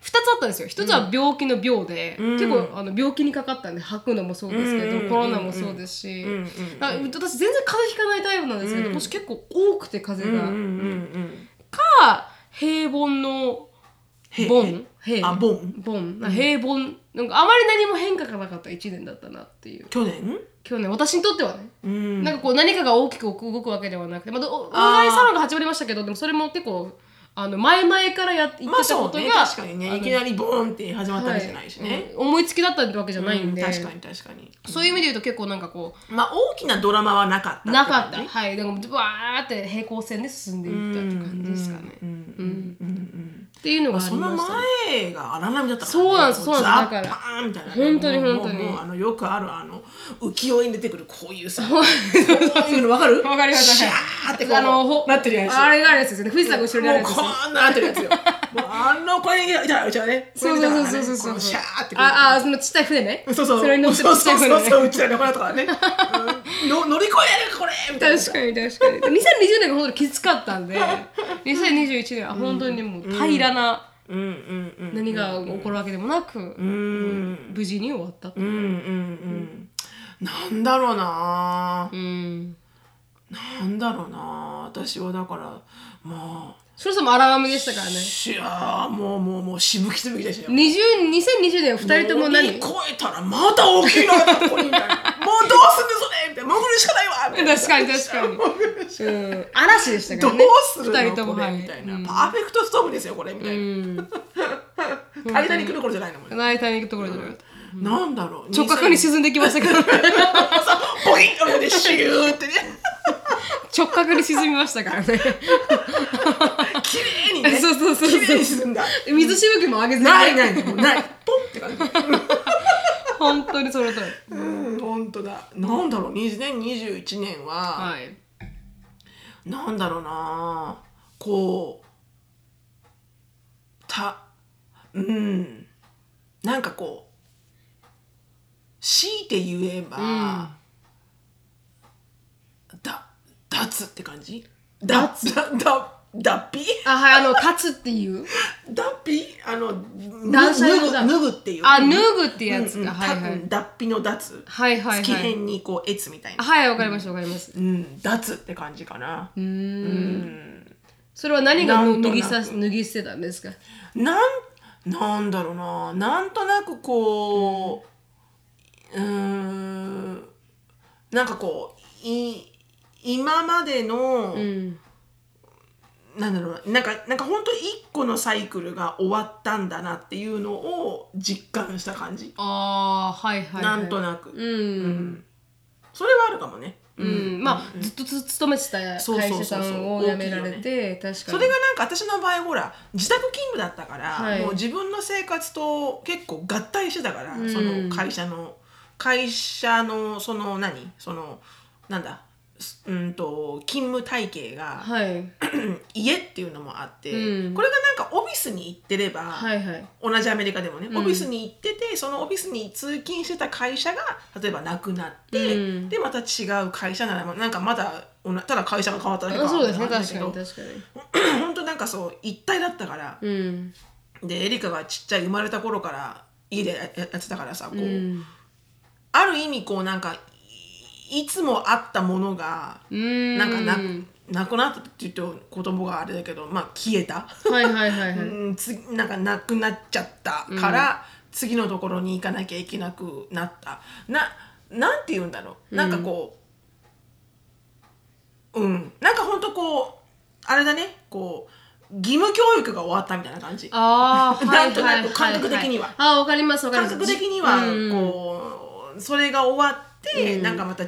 2つあったんですよ1つは病気の病で、結構あの病気にかかったんで吐くのもそうですけど、コロナもそうですし、うんうんだから私全然風邪ひかないタイプなんですけど、私結構多くて風邪が、うんうんか平凡のへボン平あボンボンな平凡なんかあまり何も変化がなかった1年だったなっていう去年去年私にとってはねうんなんかこう何かが大きく動くわけではなくて、まあ、おお笑いサロンが始まりましたけどでもそれも結構あの前々からやって言っまあてたそこうとが、ね確かにねいきなりりボンって始まったわけじゃないしね、思いつきだったってわけじゃないんで、うん確かに確かにそういう意味で言うと結構なんかこまあ大きなドラマはなかったうなかった、はいでもわーって平行線で進んでいったって感じですかね、うんうんうんうんっていうのがありそのましたね前が荒波だったからねそうなんですそうなんですザッパーンみたいなね本当にもうもう本当にもうあのよくあるあの浮世絵に出てくるこういうさこういうのわかるわかりましシたャーってこうほなってるやつあれがあるやつですよね富士山が後ろにあるやつもですうよねこんななってるやつよもうあのこれにいたらうちはねこれ そう見たらそうねそうそうそうこのシャーってくるああそのちっちゃい船ねそうそうそれに乗ってるそうちっちゃそいう船そねうそううちらのこれとかね、うんの乗り越えるこれみたいな確かに確かに2020年が本当にきつかったんで2021年は本当にもう平らなうんうんうん何が起こるわけでもなくうん無事に終わったうんうんうんなんだろうなうんなんだろうな私はだからまあそろそろ荒波でしたからねいやーもうもうもうしぶきしぶきでしたよ20 2020年は2人とも乗り何越えたらまた大きいのがここにみたいなもうどうすんのそれみたいな潜るしかないわみたいな確かに確かに潜るしかうん嵐でしたかどうらねするの2人ともこれはいみたいな、パーフェクトストームですよこれみたいな、間に来る頃じゃないのもんね、泣いたに行くところでなんだろう直角に2000沈んできましたからねポイントでシューってね直角に沈みましたからね 綺麗にねそうそうそうそう綺麗に沈んだ水しぶきも上げずにないないもうないポンって感じ本当にその通りうん本当だなんだろう2021年は、はいなんだろうなこうたうんなんかこう強いて言えば、だ脱って感じだだだ脱皮あ、はい、あの、立つって いう。脱皮あのぬ断捨離の脱断ぐ脱ぐっていうあ、脱ぐってうんやうんつか。はいはたうい。ん脱皮の脱はいはい月はい。辺にこう越みたいな、はい、わかりました、わかります。うん脱って感じかなうーん。うんそれは何が脱なんとなくぎさ、脱ぎ捨てたんですか。なんなんだろうななんとなくこううーんなんかこうい今までの、うん。なんだろうななんかなんか本当に一個のサイクルが終わったんだなっていうのを実感した感じ、ああ、はいはい、はい。なんとなく、う。うんんそれはあるかもね、うん、まあ、ずっとつ勤めてた会そうそうそう社さんを辞められて、確かに。それがなんか私の場合ほら自宅勤務だったから、はいもう自分の生活と結構合体してたから、うんその会社の会社のその何そのなんだすうんと勤務体系が、はい。 家っていうのもあって、うんこれがなんかオフィスに行ってれば、はいはい。同じアメリカでもね、うんオフィスに行っててそのオフィスに通勤してた会社が例えばなくなって、うんでまた違う会社ならなんかまだおなただ会社が変わっただけあかそうですね、みたいな確話かだけにど確かに。 本当なんかそう一体だったから、うん。でエリカがちっちゃい生まれた頃から家でややってたからさこう、うん。ある意味こうなんかいいつもあったものがうん。なんかな,、なくなったって言うと言葉があれだけどまあ消えた、はいはいはいはい。うん、つなんかなくなっちゃったから、次のところに行かなきゃいけなくなったななんて言うんだろうなんかこううん、なんかほんとこうあれだねこう義務教育が終わったみたいな感じああ、はいなんとなく感覚的にははいはいはいああ、わかります、わかり感ます。覚的にはうんこう、それが終わっって、なんかまた違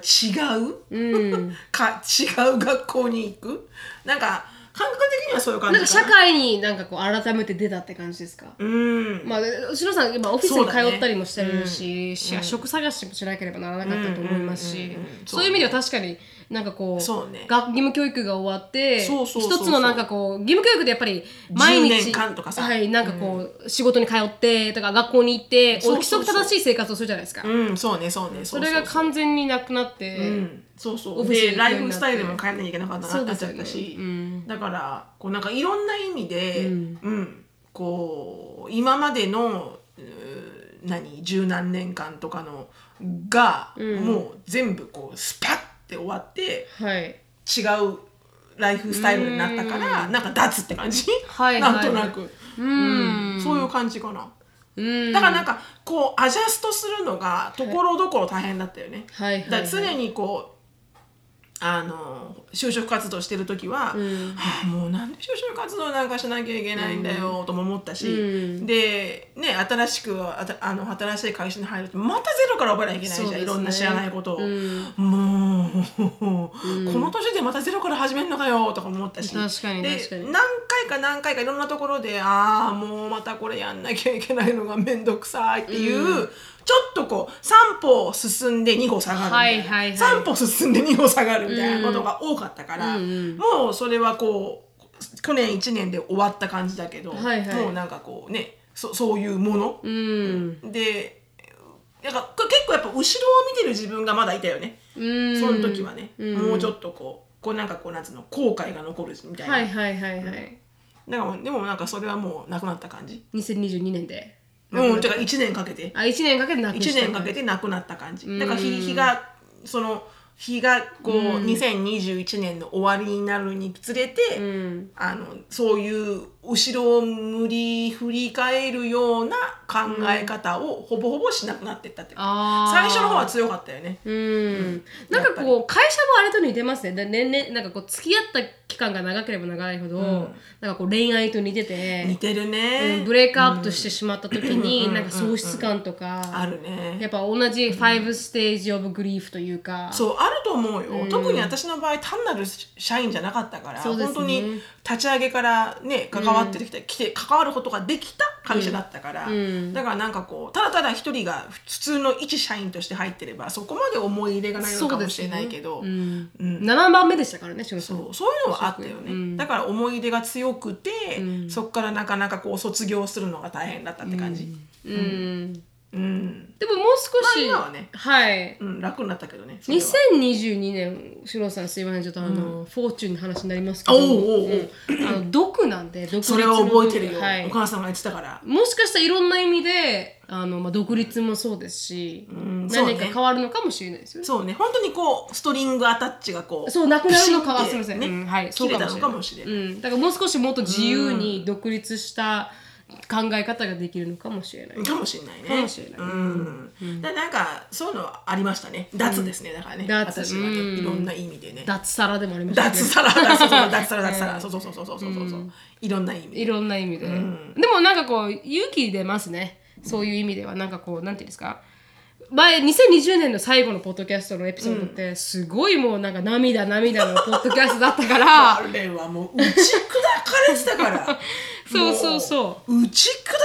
ううん、 か違う学校に行くなんか感覚的にはそういう感なんじかか社な会になんかこう改めて出たって感じですか、うんまあ、後ろさん今オフィスそにうだね通ったりもしてるし、し職探しもしなければならなかったと思いますし、うんうんうんうんそういう意味では確かになんかこうそうねが義務教育が終わってそうそうそうそう一つのなんかこう義務教育でやっぱり毎10日年間とかさはい、なんかこう、仕事に通ってとか学校に行ってそう規そうそう則正しい生活をするじゃないですか、うんそうねそうねそうれうがう完全になくなって、うん、そうそオうフィスに行でくようラになってイフスタイルも変えなきゃいけなかったそなうでなっすちよゃねったし、うんだからこうなんかいろんな意味で、うんうんこう今までのうー何十何年間とかのが、うんもう全部こうスパッて終わってはい違うライフスタイルになったから、なんか脱って感じ、 はいなんとなく、うん、そういう感じかな。うんだからなんかこうアジャストするのがところどころ大変だったよね。はいはいはいだから常にこうあの就職活動してる時は、んはあ、もうなんで就職活動なんかしなきゃいけないんだよとも思ったし、うんで、ね、新しくあたあの新しい会社に入るとまたゼロから覚えなきゃいけないじゃそうん、ですねいろんな知らないことを。うんもう、この年でまたゼロから始めるのかよとか思ったし確かにで確かに何回か何回かいろんなところでああもうまたこれやんなきゃいけないのが面倒くさいっていう、ちょっとこう3歩進んで2歩下がるみたいな、はいはいはい3歩進んで2歩下がるみたいなことが多かったから、うんうんもうそれはこう去年1年で終わった感じだけど、はいはいもうなんかこうねそそういうもの、うん、でなんかこれ結構やっぱ後ろを見てる自分がまだいたよね。うん、その時はね、うんもうちょっとこうこうなんかこうなんつうの後悔が残るみたいな、はいはいはいはい、だからでもなんかそれはもうなくなった感じ2022年でうんだから1年かけてあ1年かけてなく1年かけててなくなった感うんじだから日日がその日がこう、2021年の終わりになるにつれて、うんあのそういう後ろを無理振り返るような考え方をほぼほぼしなくなってったっていうかあ最初の方はつ強かったよねうん、なんかこう会社もあれと似てますねだ年々なんかこう付き合った期間が長ければ長いほど、なんかこう恋愛と似て似て、てるうんね、ブレイクアップしてしまった時に、なんか喪失感とか、あるねやっぱ同じ5ステージオブグリーフというか、そうあると思うよ、特に私の場合単なる社員じゃなかったから、そうですね本当に立ち上げからね関わってきて,、来て関わることができた会社だったから、うんだからなんかこうただただ一人が普通の一社員として入ってればそこまで思い入れがないのかもしれないけどう、んうん7番目でしたからね、しゅんさんそうそういうのはあったよね、うんだから思い入れが強くて、うんそこからなかなかこう卒業するのが大変だったって感じ、うん、でうんももう少し、まあ今はねはい、うん、楽になったけどねそれは2022年シロさんすいませんちょっとあの、フォーチュンの話になりますけどおうおうおううんあの毒なんで独立 それは覚えてるよ、はいお母さんが言ってたから。もしかしたらいろんな意味であの、まあ、独立もそうですし、んそうね何か変わるのかもしれないですよねそうね本当にこうストリングアタッチがこうそうなくなるのかはすピシみまッてせん、ねうんはい切れたのそうかもしれない、うん、だからもう少しもっと自由に独立した考え方ができるのかもしれない、かもしれないねかもしれないうん、だからなんかそういうのはありましたね脱ですねだからね脱私はねうんいろんな意味でね脱サラでもありましたね脱サラ脱サラ脱サ ラ脱サラそうそうそうそうそうそうそういろんな意味いでろんな意味で、でもなんかこう勇気出ますねそういう意味ではなんかこうなんていうんですか前2020年の最後のポッドキャストのエピソードってすごいもうなんか涙涙のポッドキャストだった からあれはもう打ち砕かれてたから そうそうそもう打ち砕か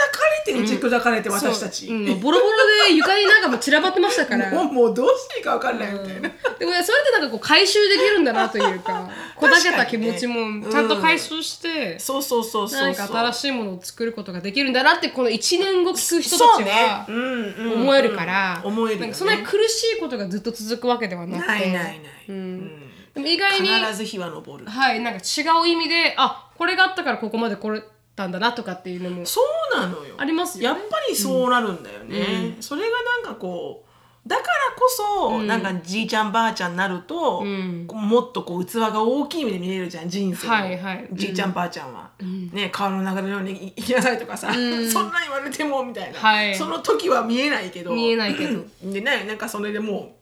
れて打ち砕かれて私たち、そううんボロボロで床になんかもう散らばってました からでももうもうどうしていいか分かんないみたいな、それでなんかこう回収できるんだなという かこだけた気持ちもちゃんと回収して、そうそうそうそうそうなんか新しいものを作ることができるんだなってこの1年後聞く人そたうちねはうんうん思えるから、うん思えるよねなんかそんなに苦しいことがずっと続くわけではなくてないないない、うんでも意外に、必ず日は昇るはい、なんか違う意味であこれがあったからここまで来れたんだなとかっていうのもそうなのよありますやよっね。ぱりそうなるんだよね、それがなんかこうだからこそ、なんかじいちゃんばあちゃんになると、んもっとこう器が大きい目で見れるじゃん人生をはいはいじいちゃんばあちゃんは、ね川の流れのように生きなさいとかさ、そんなん言われてもみたいな、はいその時は見えないけど見えないけどでねなんかそれでも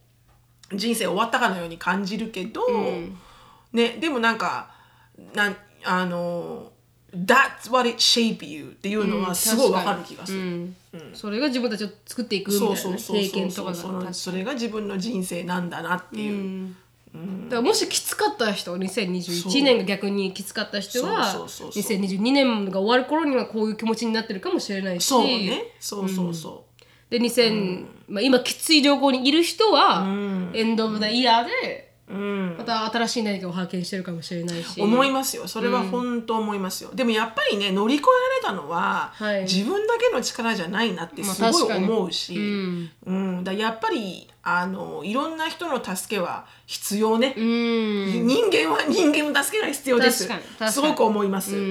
う人生終わったかのように感じるけど、ね、でもなんかなんあの that's what it shape you っていうのはすごいわかる気がする、うんそれが自分たちを作っていくみたいそうなそうねそう経そう験とそうかがそのそれが自分の人生なんだなっていう、だからもしきつかった人2021年が逆にきつかった人そはうそうそうそう2022年が終わる頃にはこういう気持ちになってるかもしれないしそうねそうそうそで2000、まあ、今きつい状況にいる人は、エンド・オブ・ザ・イヤーでう、うんまた新しい何かを発見してるかもしれないし、思いますよそれは本当思いますよ、でもやっぱりね乗り越えられたのは、はい自分だけの力じゃないなってまあすご確いかに思うし、うんうん、だやっぱりあのいろんな人の助けは必要ね、うん人間は人間の助けが必要です確かに確かにすごく思います、うんう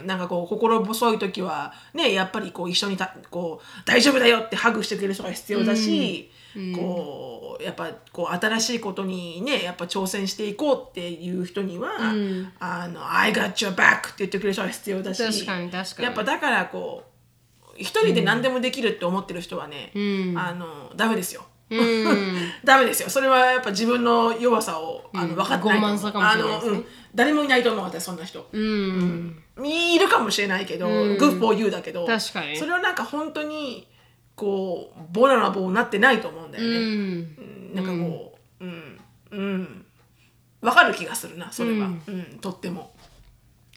うんなんかこう心細い時はねやっぱりこう一緒にたこう大丈夫だよってハグしてくれる人が必要だし、こうやっぱこう新しいことにねやっぱ挑戦していこうっていう人には「んあの I got your back」って言ってくれる人が必要だし確かに確かにやっぱだからこう一人で何でもできるって思ってる人はね、んあのダメですよ。うんダメですよそれはやっぱ自分の弱さをあの、分かってないと傲思慢さうかもあしれないの、ですうねん、誰もいないと思う私そんな人、うんいるかもしれないけど、んグッフォーユーだけど確かにそれはなんか本当にこうボラな棒になってないと思うんだようんね、うんなんかこううんうん分かる気がするなそれは、うんとっても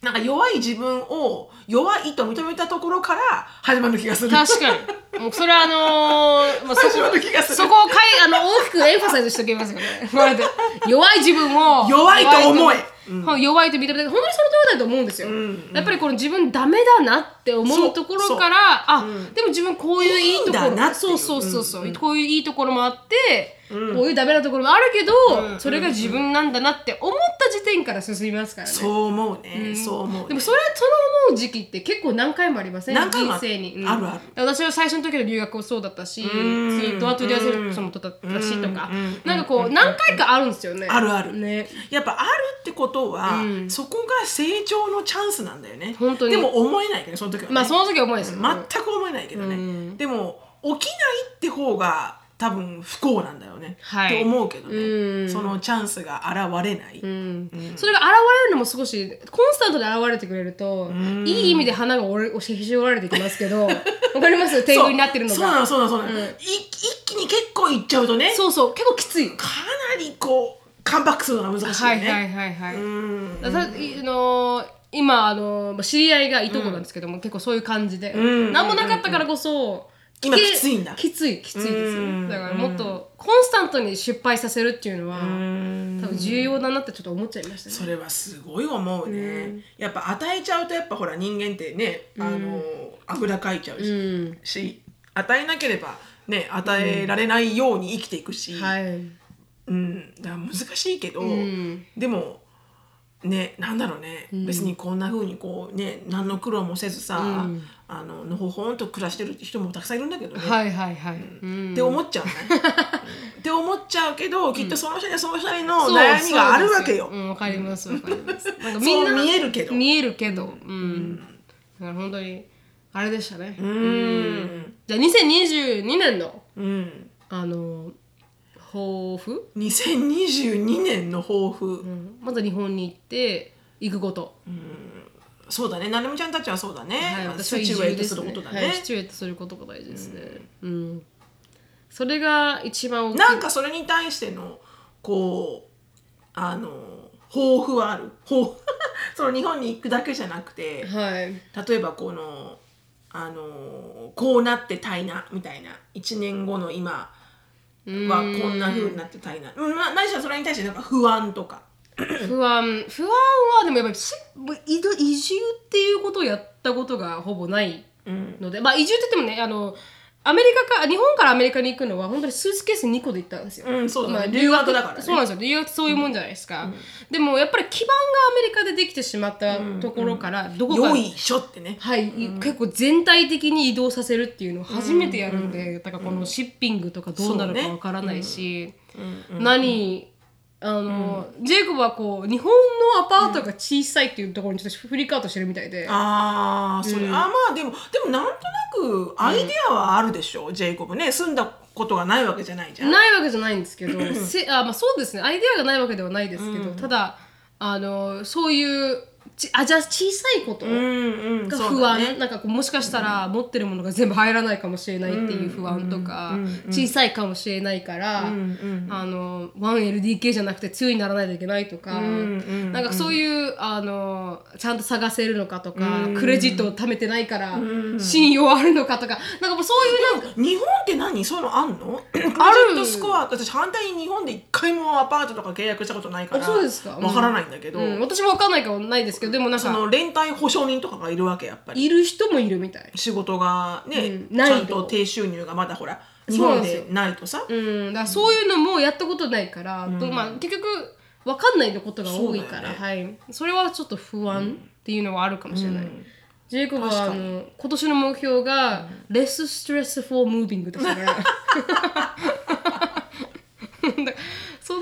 なんか弱い自分を弱いと認めたところから始まる気がする確かにもうそれはあのーまあ、そこ 始まる気がするそこをかいあの大きくエンファサイズしておきますよねこうやって弱い自分を弱いと思えはい弱いと認めて本当にその通りだと思うんですよ、やっぱりこの自分ダメだなって思うところからあ、でも自分こういういいとここういいろんだなっていそううそうそうそう、こういういいところもあって、こういうダメなところもあるけど、それが自分なんだなって思った時点から進みますからねそう思うね、そう思うねでもそれその思う時期って結構何回もありません何回もあ人生に、うんあるあ私は最初の時の留学もそうだったしずっとアートリアセルソンも取ったしとかなんかこう何回かあるんですよねあるあるねやっぱあるってことは、うんそこが成長のチャンスなんだよね本当にでも思えないけどねその時は、ねまあその時は重いですよ、全く思えないけどね、うんでも起きないって方が多分不幸なんだよね、はいって思うけどね、うんそのチャンスが現れない、うんそれが現れるのも少しコンスタントで現れてくれるといい意味で花が折れおしひし折られてきますけどわかります天狗になってるのそうそうながのそうなのそうなの、い一気に結構いっちゃうとねそうそう結構きついかなりこうカムバックするのが難しいよはいね、はいはいはい、うんださいあのー今、あのーまあ知り合いがいとこなんですけども、結構そういう感じで、ん何もなかったからこそ、今けきついんだきついきついですうよんだからもっとコンスタントに失敗させるっていうのは、うん多分重要だなってちょっと思っちゃいましたねそれはすごい思うね、やっぱ与えちゃうとやっぱほら人間ってね、あの油かいちゃうし,、うんし与えなければね与えられないように生きていくし、はいうん、だから難しいけど、んでもねなんだろうね、別にこんな風にこうね何の苦労もせずさ、あののほほんと暮らしてる人もたくさんいるんだけどね、はいはいはい、うんって思っちゃうね。 って思っちゃうけどきっとその人にはその人なりのそう悩みがあるわけそうよです。うん、わかりますわかりますなんかそう見えるけど見えるけどうん、だから本当にあれでしたねうん、じゃあ2022年のうんあの抱負、 2022年の抱負、うんまず日本に行って行くこと、そうだねなるみちゃんたちはそうだね、はい、まあ私はシ移チュエ住イトですするねことだはねい、シチュエートすることが大事ですねうん、それが一番大きいなんかそれに対してのこうあの抱負はある抱 負その日本に行くだけじゃなくてはい例えばこのあのこうなってたいなみたいな1年後の今はこんな風になってたいなうんなないしはそれに対してなんか不安とか不安不安はでもやっぱりしもう移動移住っていうことをやったことがほぼないので、まあ移住って言ってもねあのアメリカか日本からアメリカに行くのは本当にスーツケース2個で行ったんですよ、うんそうだねまあ留学だからねそうなんですよ留学ってそういうもんじゃないですか、でもやっぱり基盤がアメリカでできてしまったところからどこか、よいしょってねはい、結構全体的に移動させるっていうのを初めてやるんで、だからこのシッピングとかどうなるそうかねわからないし、何あの、ジェイコブはこう日本のアパートが小さいっていうところにちょっとフリーカートしてるみたいで、あーそれ、あまあでもでもなんとなくアイデアはあるでしょ、ジェイコブね住んだことがないわけじゃないじゃん。ないわけじゃないんですけどせあ、まあ、そうですねアイデアがないわけではないですけど、ただあのそういうちあじゃあ小さいことうんうんがそう不だ安、ねなんかこうもしかしたら持ってるものが全部入らないかもしれないっていう不安とか、うんうんうん小さいかもしれないから、うんうんあの 1LDK じゃなくて2にならないといけないとか、うんうんなんかそういうあのちゃんと探せるのかとか、うんクレジットを貯めてないから、うん信用あるのかとかなんかもうそういうなんか日本って何そういうのあん のクレジットスコア私反対に日本で一回もアパートとか契約したことないからあそうですかうんわからないんだけど、うん、私も分かんないからないですけどでもなんそのか連帯保証人とかがいるわけやっぱりいる人もいるみたい。仕事がね、うんちないゃとんと低収入がまだほら日そうな本んですよでないとさうん、だからそういうのもやったことないから、とまあ、結局分かんないことが多いからそうそ,、はい、それはちょっと不安っていうのはあるかもしれない。ジェイコブはあ確かにの今年の目標が、Less Stressful Moving だから。だ からそう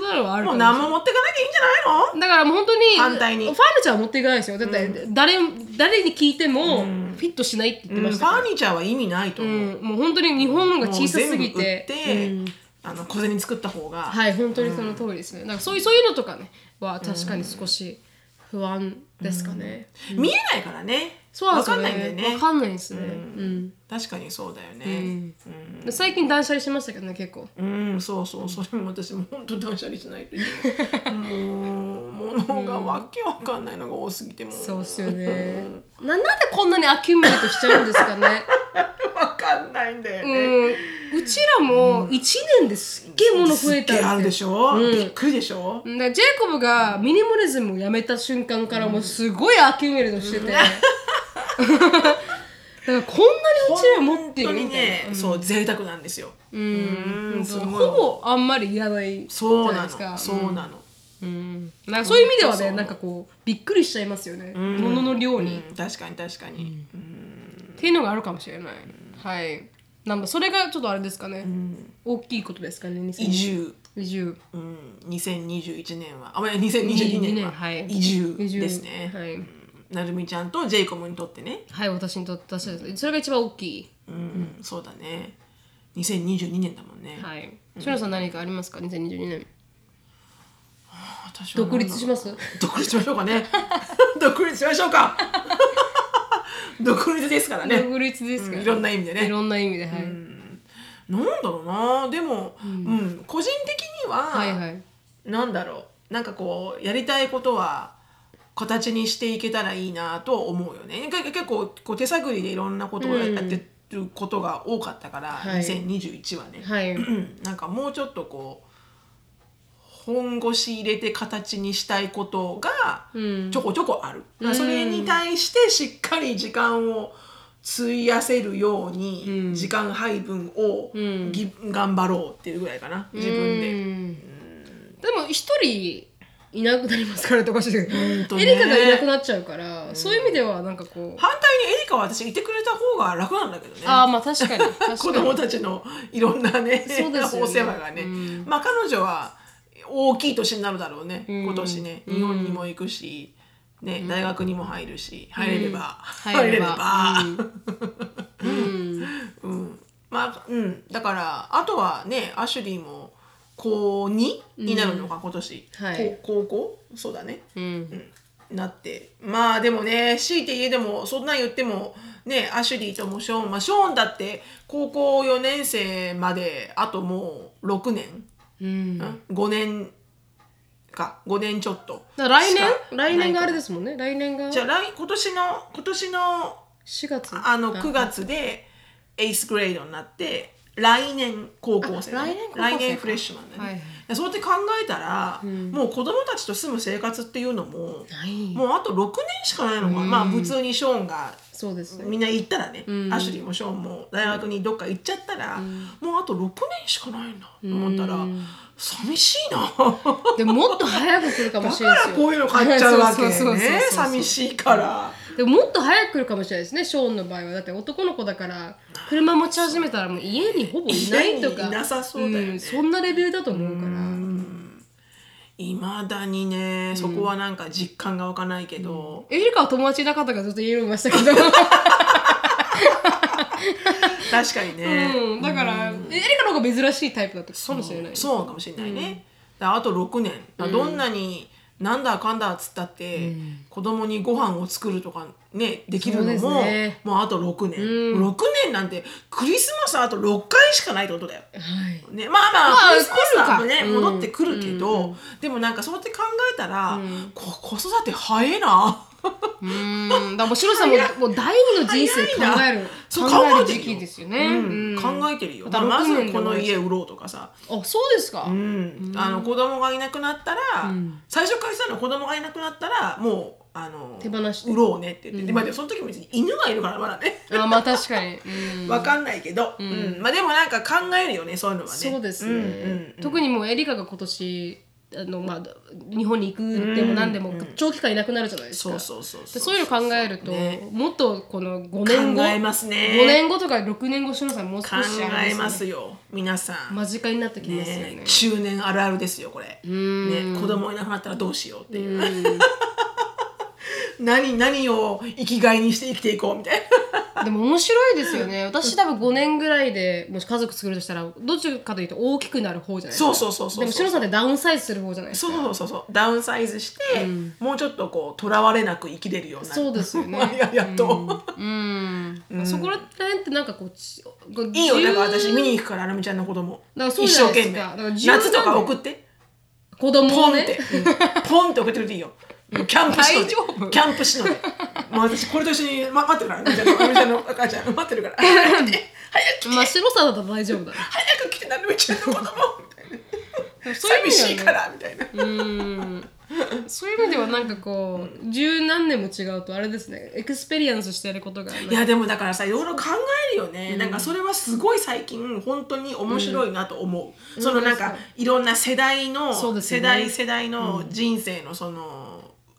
いうのはあるもかもしれなうい何も持ってかなきゃいいんじゃないのだからもう本当に反対にファーニチャーは持っていかないですよ。だって誰,、誰に聞いてもフィットしないって言ってうんまフしたから、ァーニチャーは意味ないとう思う、んもう本当に日本のがもう小さすぎ。全部売ってて、あの小銭作った方が、はい、本当にその通りですね。なんかそういうそういうのとかね、は確かに少し不安ですかね。見えないからねそうなんですよわかんないんだよね。ねわかんないですね。うん確かにそうだよね、で最近断捨離しましたけどね、結構。うん、そうそう、それも私も本当断捨離しないとい けない。もう、物がわけわかんないのが多すぎても。そうっすよね。 ななんでこんなにアキュミレートしちゃうんですか ね。わかんないんだようね。ん、うちらも一年ですっげえ物増えたすっげえあんるでですしよ。ょ、うんびっくりでしょ、だからジェイコブがミニモリズムをやめた瞬間からもうすごいアキュミレートしてて。 だからこんなにうちら持ってる本当みにたいなね、。そう贅沢なんですようんうんすごいほぼあんまりいらないじそゃうないなですかのそうなの、うんなんかそういう意味ではそうねそうなんかこうびっくりしちゃいますよね物の量うに、ん確かに確かに、っていうのがあるかもしれないはいなんかそれがちょっとあれですかね、大きいことですかね2000移住、移住うん、2021年はあまあ2022年ははい移住移住ですね、はい、なるみちゃんとジェイコムにとってね、はい、私にとって私はそれが一番大きいうん、そうだね2022年だもんね、はいしのさん何かありますか2022年私は独立します独立しましょうかね 独立しましょうか 独立ですからね独立ですかいら、ろんな意味でいねろんな意味ではい、なんだろうなでも、うん個人的には、はいはいなんだろうなんかこうやりたいことは形にしていけたらいいなとは思うよねけ結構こう手探りでいろんなことをややってることが多かったから、はい2021はね、はいうんなんかもうちょっとこう本腰入れて形にしたいことがうんちょこちょこある、まあそれに対してしっかり時間を費やせるように時間配分をぎ、頑張ろうっていうぐらいかな自分で。うんでも一人いなくなりますからっておかしいけど、当ねエリカがいなくなっちゃうから、そういう意味ではなんかこう、反対にエリカは私いてくれた方が楽なんだけどねああまあ確かに確かに 子供たちのいろんなねそうですよねお世話がね、うんまあ彼女は大きい年になるだろうね、ん今年ねうん日本にも行くし、ね大学にも入るし入れれば、入入れれればば、うんうんまあうんだからあとはねアシュリーも高2になるのか、今年、はい高高校そうだねうんなってまあでもね強いて家でもそんなん言ってもねアシュリーともショーンまあショーンだって高校4年生まであともう6年、うんだか5年か5年ちょっとら来し年か来年があれですすもんね来年がじゃあ4来今年の今年の月あの9月でエイスグレードになって来年高校生だあね、来年高校生か来年フレッシュマンだね、はいはいでそうやって考えたら、もう子供たちと住む生活っていうのもないもうあと6年しかないのか、まあ普通にショーンがそうですねみんな行ったらね、んアシュリーもショーンも大学にどっか行っちゃったら、もうあと6年しかないんだと思ったら、寂しいなでももっと早く来るかもだしれかならいですこよういうの買っちゃうわけ そうそうそうそうね寂しいから、でももっと早く来るかもしれないですねショーンの場合はだって男の子だから車持ち始めたらもう家にほぼいないとか家にいなさそうだよねんそんなレベルだと思うからいまだにねそこはなんか実感が湧かないけど、エリカは友達いなかったからずっと家にいましたけど、確かに ね、うん、だから、エリカの方が珍しいタイプだったかもしれないそうかもしれないね、だからあと6年、だからどんなになんだかんだっつったって、うん子供にご飯を作るとかねできるのそうも、ですねもうあと6年、うん6年なんてクリスマスあと6回しかないってことだよ。はいね、まあまあ、まあクリスマスはね、来るか戻ってくるけど、でもなんかそうやって考えたら、うんこ子育て早いなうーんだからもうシロさんももう第二の人生考えるそう考え考えるてる時よ期ですよね、うん考えてるよ、まあまずこの家売ろうとかさ、あそうですか、うんあの子供がいなくなったら、うん最初からしたの子供がいなくなったらもうあの手放して売ろうねって言って、でまあ、でもその時も別に犬がいるからまだねあまあ確かに、うんわかんないけど、うんまあ、でもなんか考えるよねそういうのはね。そうですね、んうんうん特にもうエリカが今年あの、まあ、日本に行くでも何でも長期間いなくなるじゃないですか、そうそうそうでそういうの考えると、ねもっとこの5考年後えますね5年後とか6年後しのさんもう考少しあれえですねますよ皆さん、間近になってきますよねね、中年あるあるですよこれ、んね、子供いなくなったらどうしようっていう、うん何何を生きがいにして生きていこうみたいな。でも面白いですよね私多分5年ぐらいでもし家族作るとしたらどっちかというと大きくなる方じゃないですかそうそうそうそうでもしのさんってダウンサイズする方じゃないですそかうそうそうそうダウンサイズして、もうちょっとこうとらわれなく生きれるようになるそうですよねや やっと、うん、そこら辺ってなんかこうちこういいよ自だ由から私見に行くからアルミちゃんの子供だからそう一じゃ生ないです懸命かだから自由なんだ夏とか送って子供ポンをっねて、うんポンって送ってくれていいよキャンプしので大丈夫キャンプしのでもう私これと一緒に、ま、待ってるからアルミちゃんのアルミちゃんの赤ちゃん待ってるから早く来て早く 来てまあ白さんだったら大丈夫だ早く来てアルミちゃんの子供みたい なそういう意 寂味ではしいからみたいなうんそういう意味ではなんかこう十何年も違うとあれですねエクスペリエンスしてることがなんかいやでもだからさいろいろ考えるよね、なんかそれはすごい最近本当に面白いなと思う、そのなんうんかそういろんな世代の、そうですよ世ね代世代の人生のその、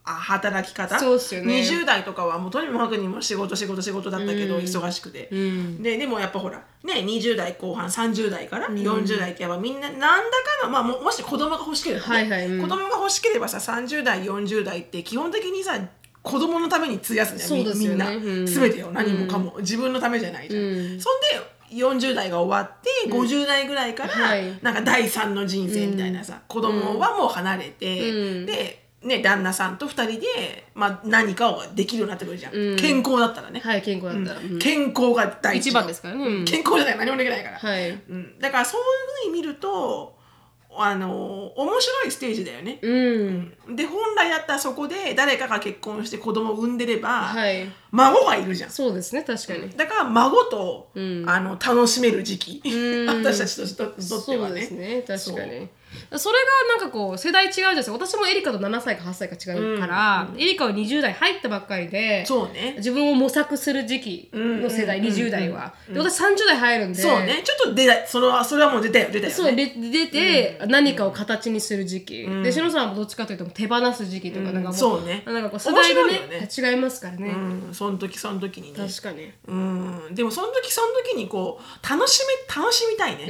あ働き方そうっすよね20代とかはもうとにもかくにも仕事仕事仕事だったけど、忙しくて、うんででもやっぱほらね20代後半30代から40代ってやっぱみんな何らかの、まあ、ももし子供が欲しければ、ねはいはいうん子供が欲しければさ30代40代って基本的にさ子供のために費やすんだよみそうですよねみんな、うん全てよ何もかも、自分のためじゃないじゃん、うんそんで40代が終わって50代ぐらいから、はいなんか第三の人生みたいなさ、子供はもう離れて、うんでね、旦那さんと2人で、まあ、何かをできるようになってくるじゃん、うん健康だったらね、はい健康だったら、うん健康が第一一番ですからね、うん健康じゃない何もできないから、はいうん、だからそういうふうに見るとあの面白いステージだよね、うんで本来だったらそこで誰かが結婚して子供を産んでれば、はい孫がいるじゃんそうですね確かに、だから孫と、うんあの楽しめる時期、ん私たちとしととってはそうでねすね確かにそれがなんかこう世代違うじゃないですか私もエリカと7歳か8歳か違うから、エリカは20代入ったばっかりでそうね自分を模索する時期の世代、うんうんうんうん20代は、で私30代入るんでそうねちょっと出たそれはそれはもう出たよ出たよ、ね、そうで出て何かを形にする時期、でしのさんはどっちかというと手放す時期とか、なんかもそうねなんかこう世代が面ね白いよね違いますからね、うん、その時その時にね確かにうんでもその時その時にこう楽しめ楽しみたいね、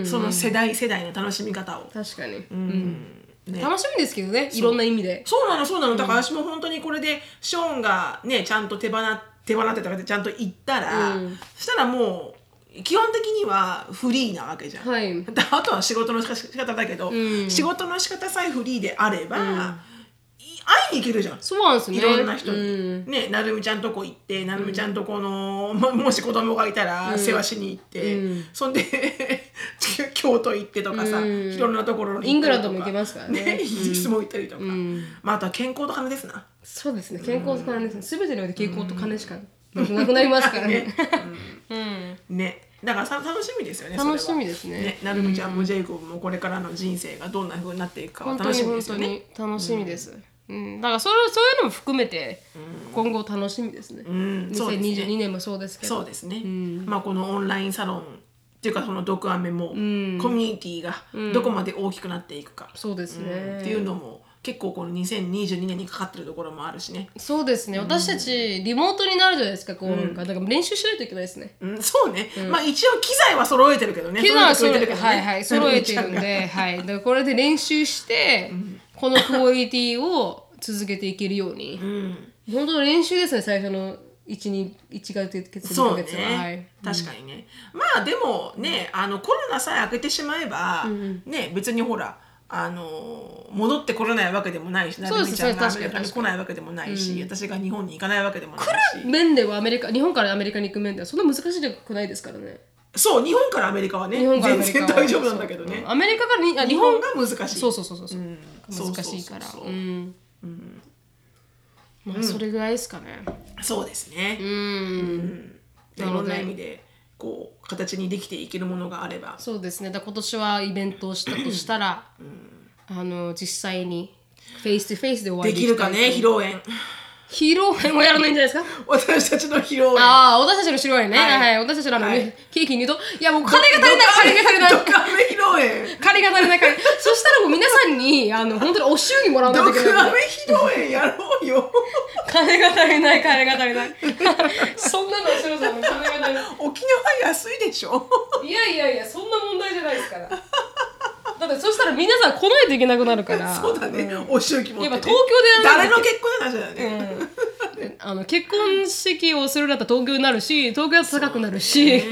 うんその世代世代の楽しみ方を、確かに、うんね、楽しみですけどねいろんな意味でそうなのそうなのだから私も本当にこれでショーンがねちゃんと手放手放ってたからちゃんと行ったら、うんそしたらもう基本的にはフリーなわけじゃん、はいだ あとは仕事の仕方だけど、うん仕事の仕方さえフリーであれば、んい会いに行けるじゃんそうなんですねいろんな人に、うんねなるみちゃんとこ行ってなるみちゃんとこの、まもし子供がいたら世話しに行って、うんそんで 京都行ってとかさ、うんいろんなところにイングランドとかも行けますからねイギリスも行ったりとか、んまあ、あとは健康と金ですなそうですね健康と金ですね全ての上で健康と金しかなくなりますからね うんねだからさ楽しみですよねそれは楽しみですねねなるみちゃんもジェイコブもこれからの人生がどんな風になっていくかは本当楽にしみ本です当よねに楽しみですうんだからそれそういうのも含めて今後楽しみですねんそうですね2022年もそうですけどそうですね、まあこのオンラインサロンっていうかその毒アメも、コミュニティがどこまで大きくなっていくか、そうですねっていうのも結構この2022年にかかってるところもあるしね、そうですね私たちリモートになるじゃないですかこうなんかだから練習しないといけないですねうん、そうね、まあ一応機材は揃えてるけどね機材は揃えてけどねはいはい揃えてるんなみち で、はい、だからこれで練習して、このクオリティを続けていけるようにゃんが、うん、本当練習ですね最初の12 1ヶ月月そう月は、はいね、確かにねまあでもねあのコロナさえ明けてしまえば、ね別にほらあの戻ってこれないわけでもないし、なそうですみちゃんがアそれメ確かリカにに来ないわけでもないし、私が日本に行かないわけでもないし。面ではアメリカ日本からアメリカに行く面ではそんな難しくないですからねそう、日本からアメリカはね、日本からア全メリカ然は大丈夫なんだけどねそう。アメリカからにあ日日本本が難しい。そうそうそうそうそう、うん難しいからそうそううそうんまあそれぐらいですかねそうですね。うん、いろんな意味でこう形にできていけるものがあればそうですねだから今年はイベントをしたとしたら、あの実際にフェイスとフェイスでお会いででききるたかいね披露 宴披露宴はやらないんじゃないですか私たちの披露宴ああ、私たちの白いね。はいはい。私たちのあの、はいケーキに言うと、いやもう金が足りない、金が足りない。ドカメ披露宴金が足りない金。そしたらもう皆さんに、あの、本当にお祝儀もらわないドといけカない。メ披露宴やろう よ金が足りない、金が足りない。 そんなの、しろさんの金が足りな沖縄安いでしょい。いやいやいや、そんな問題じゃないですから。だってそしたら皆さん来ないといけなくなるから。 そうだね、お祝儀持って、ね、やっぱ東京でやらない誰の結婚なんじゃないね、うんあの結婚式をするんだったら東京になるし東京だと高くなるし、ね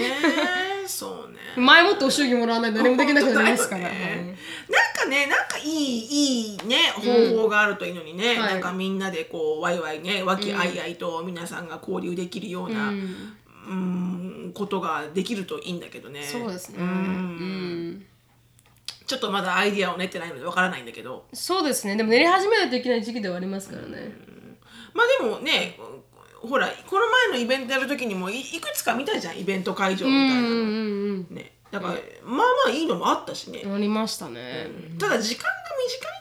そうね前もってお祝儀もらわないと何もできなくなりますから、本当だよねなんかねなんかいいいいね方法があるといいのにね、んはいなんかみんなでこうワイワイね和気あいあいと皆さんが交流できるような、ううんんことができるといいんだけどねそうですね。う、うんちょっとまだアイディアを練ってないのでわからないんだけどそうですね。でも練り始めないといけない時期ではありますからね。まあでもねほらこの前のイベントやる時にもいいくつか見たじゃんイベント会場みうんたういんな、うんねだから、まあまあいいのもあったしねうん。ありましたね。ただ時間が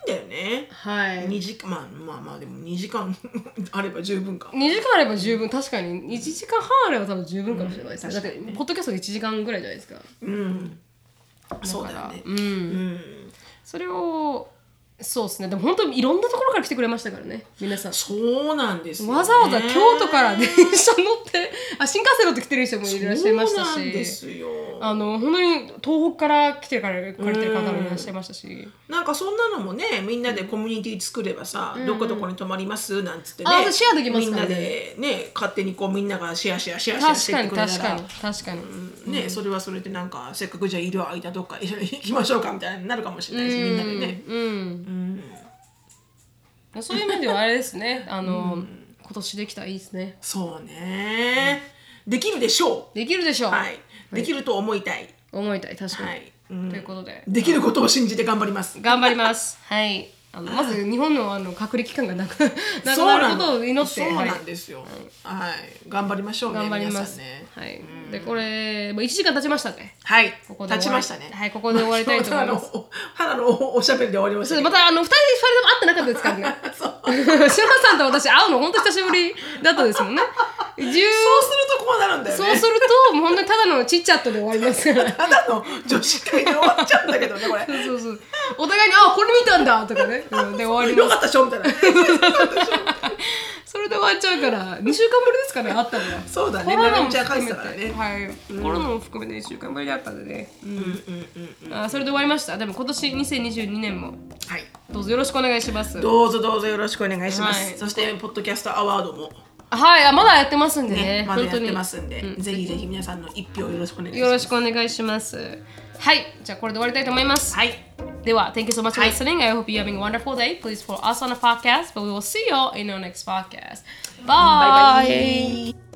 短いんだよねはい。 2時間まあまあまあでも2時間 あれば十分か2時間あれば十分確かに1時間半あれば多分十分かもしれないですね、だってポッドキャストで1時間ぐらいじゃないですかうんそうだだよからねうん、うんそれをそうですねでも本当にいろんなところから来てくれましたからね皆さんそうなんですよねわざわざ京都から電車乗ってあ新幹線乗って来てる人もいらっしゃいましたしそうなんですよあの本当に東北から来てから来られてる方もいらっしゃいましたし、なんかそんなのもねみんなでコミュニティ作ればさ、どこどこに泊まりますなんつってねあそうシェアできますみんかならねでね勝手にこうみんながシェアシェアシェア確シェアかしにてくれ確たらかに確かに、ね、それはそれでなんかせっかくじゃいる間どっか一緒に行きましょうかみたいになるかもしれないし、みんなでねうん、そういう意味ではあれですねあの、今年できたらいいですねそうね、できるでしょできるでしょう、うはいできると思いたい、思いたい確かに、はいうんということでできることを信じて頑張ります頑張りますはいあのまず日本のあの隔離期間がなくなくそうななるのことを祈ってそうはいなんですよ、はい、頑張りましょうね頑張りま皆す、さんねはいでこれもう1時間経ちましたねはいここで終わり立ちましたねはいここで終わりたいと思いますあそうただのおただのおしゃべりで終わりましちょったとけどまたあの2人2人とも会ってなかったですからね シュラさんと私会うの本当久しぶりだったですもんね10そうするとこうなるんだよねそうするともう本当にただのちっちゃっとで終わりますからただの女子会で終わっちゃうんだけどねこれそうそうそうお互いに「あこれ見たんだ」とかね、うんで終わりまよかったでしょみ たいなすそれで終わっちゃうから2週間ぶりですかねあったのがそうだねコロナめもっちゃ返含しめてたからて、ねはいコロナも含めて1週間ぶりだったんでね、うんうんうんうんあそれで終わりましたでも今年2022年もはいどうぞよろしくお願いしますどうぞどうぞよろしくお願いします、はいそしてポッドキャストアワードもはいあまだやってますんでねねまだやっ本当てにますんで、ぜひぜひ皆さんの一票よろしくお願いしよまろすしくお願いします。はい、じゃあこれで終わりたいと思います。はいでは、Thank you so much for はい listening.、I hope you're having a wonderful day. Please follow us on the podcast, but we will see you in our next podcast. Bye! バイバイ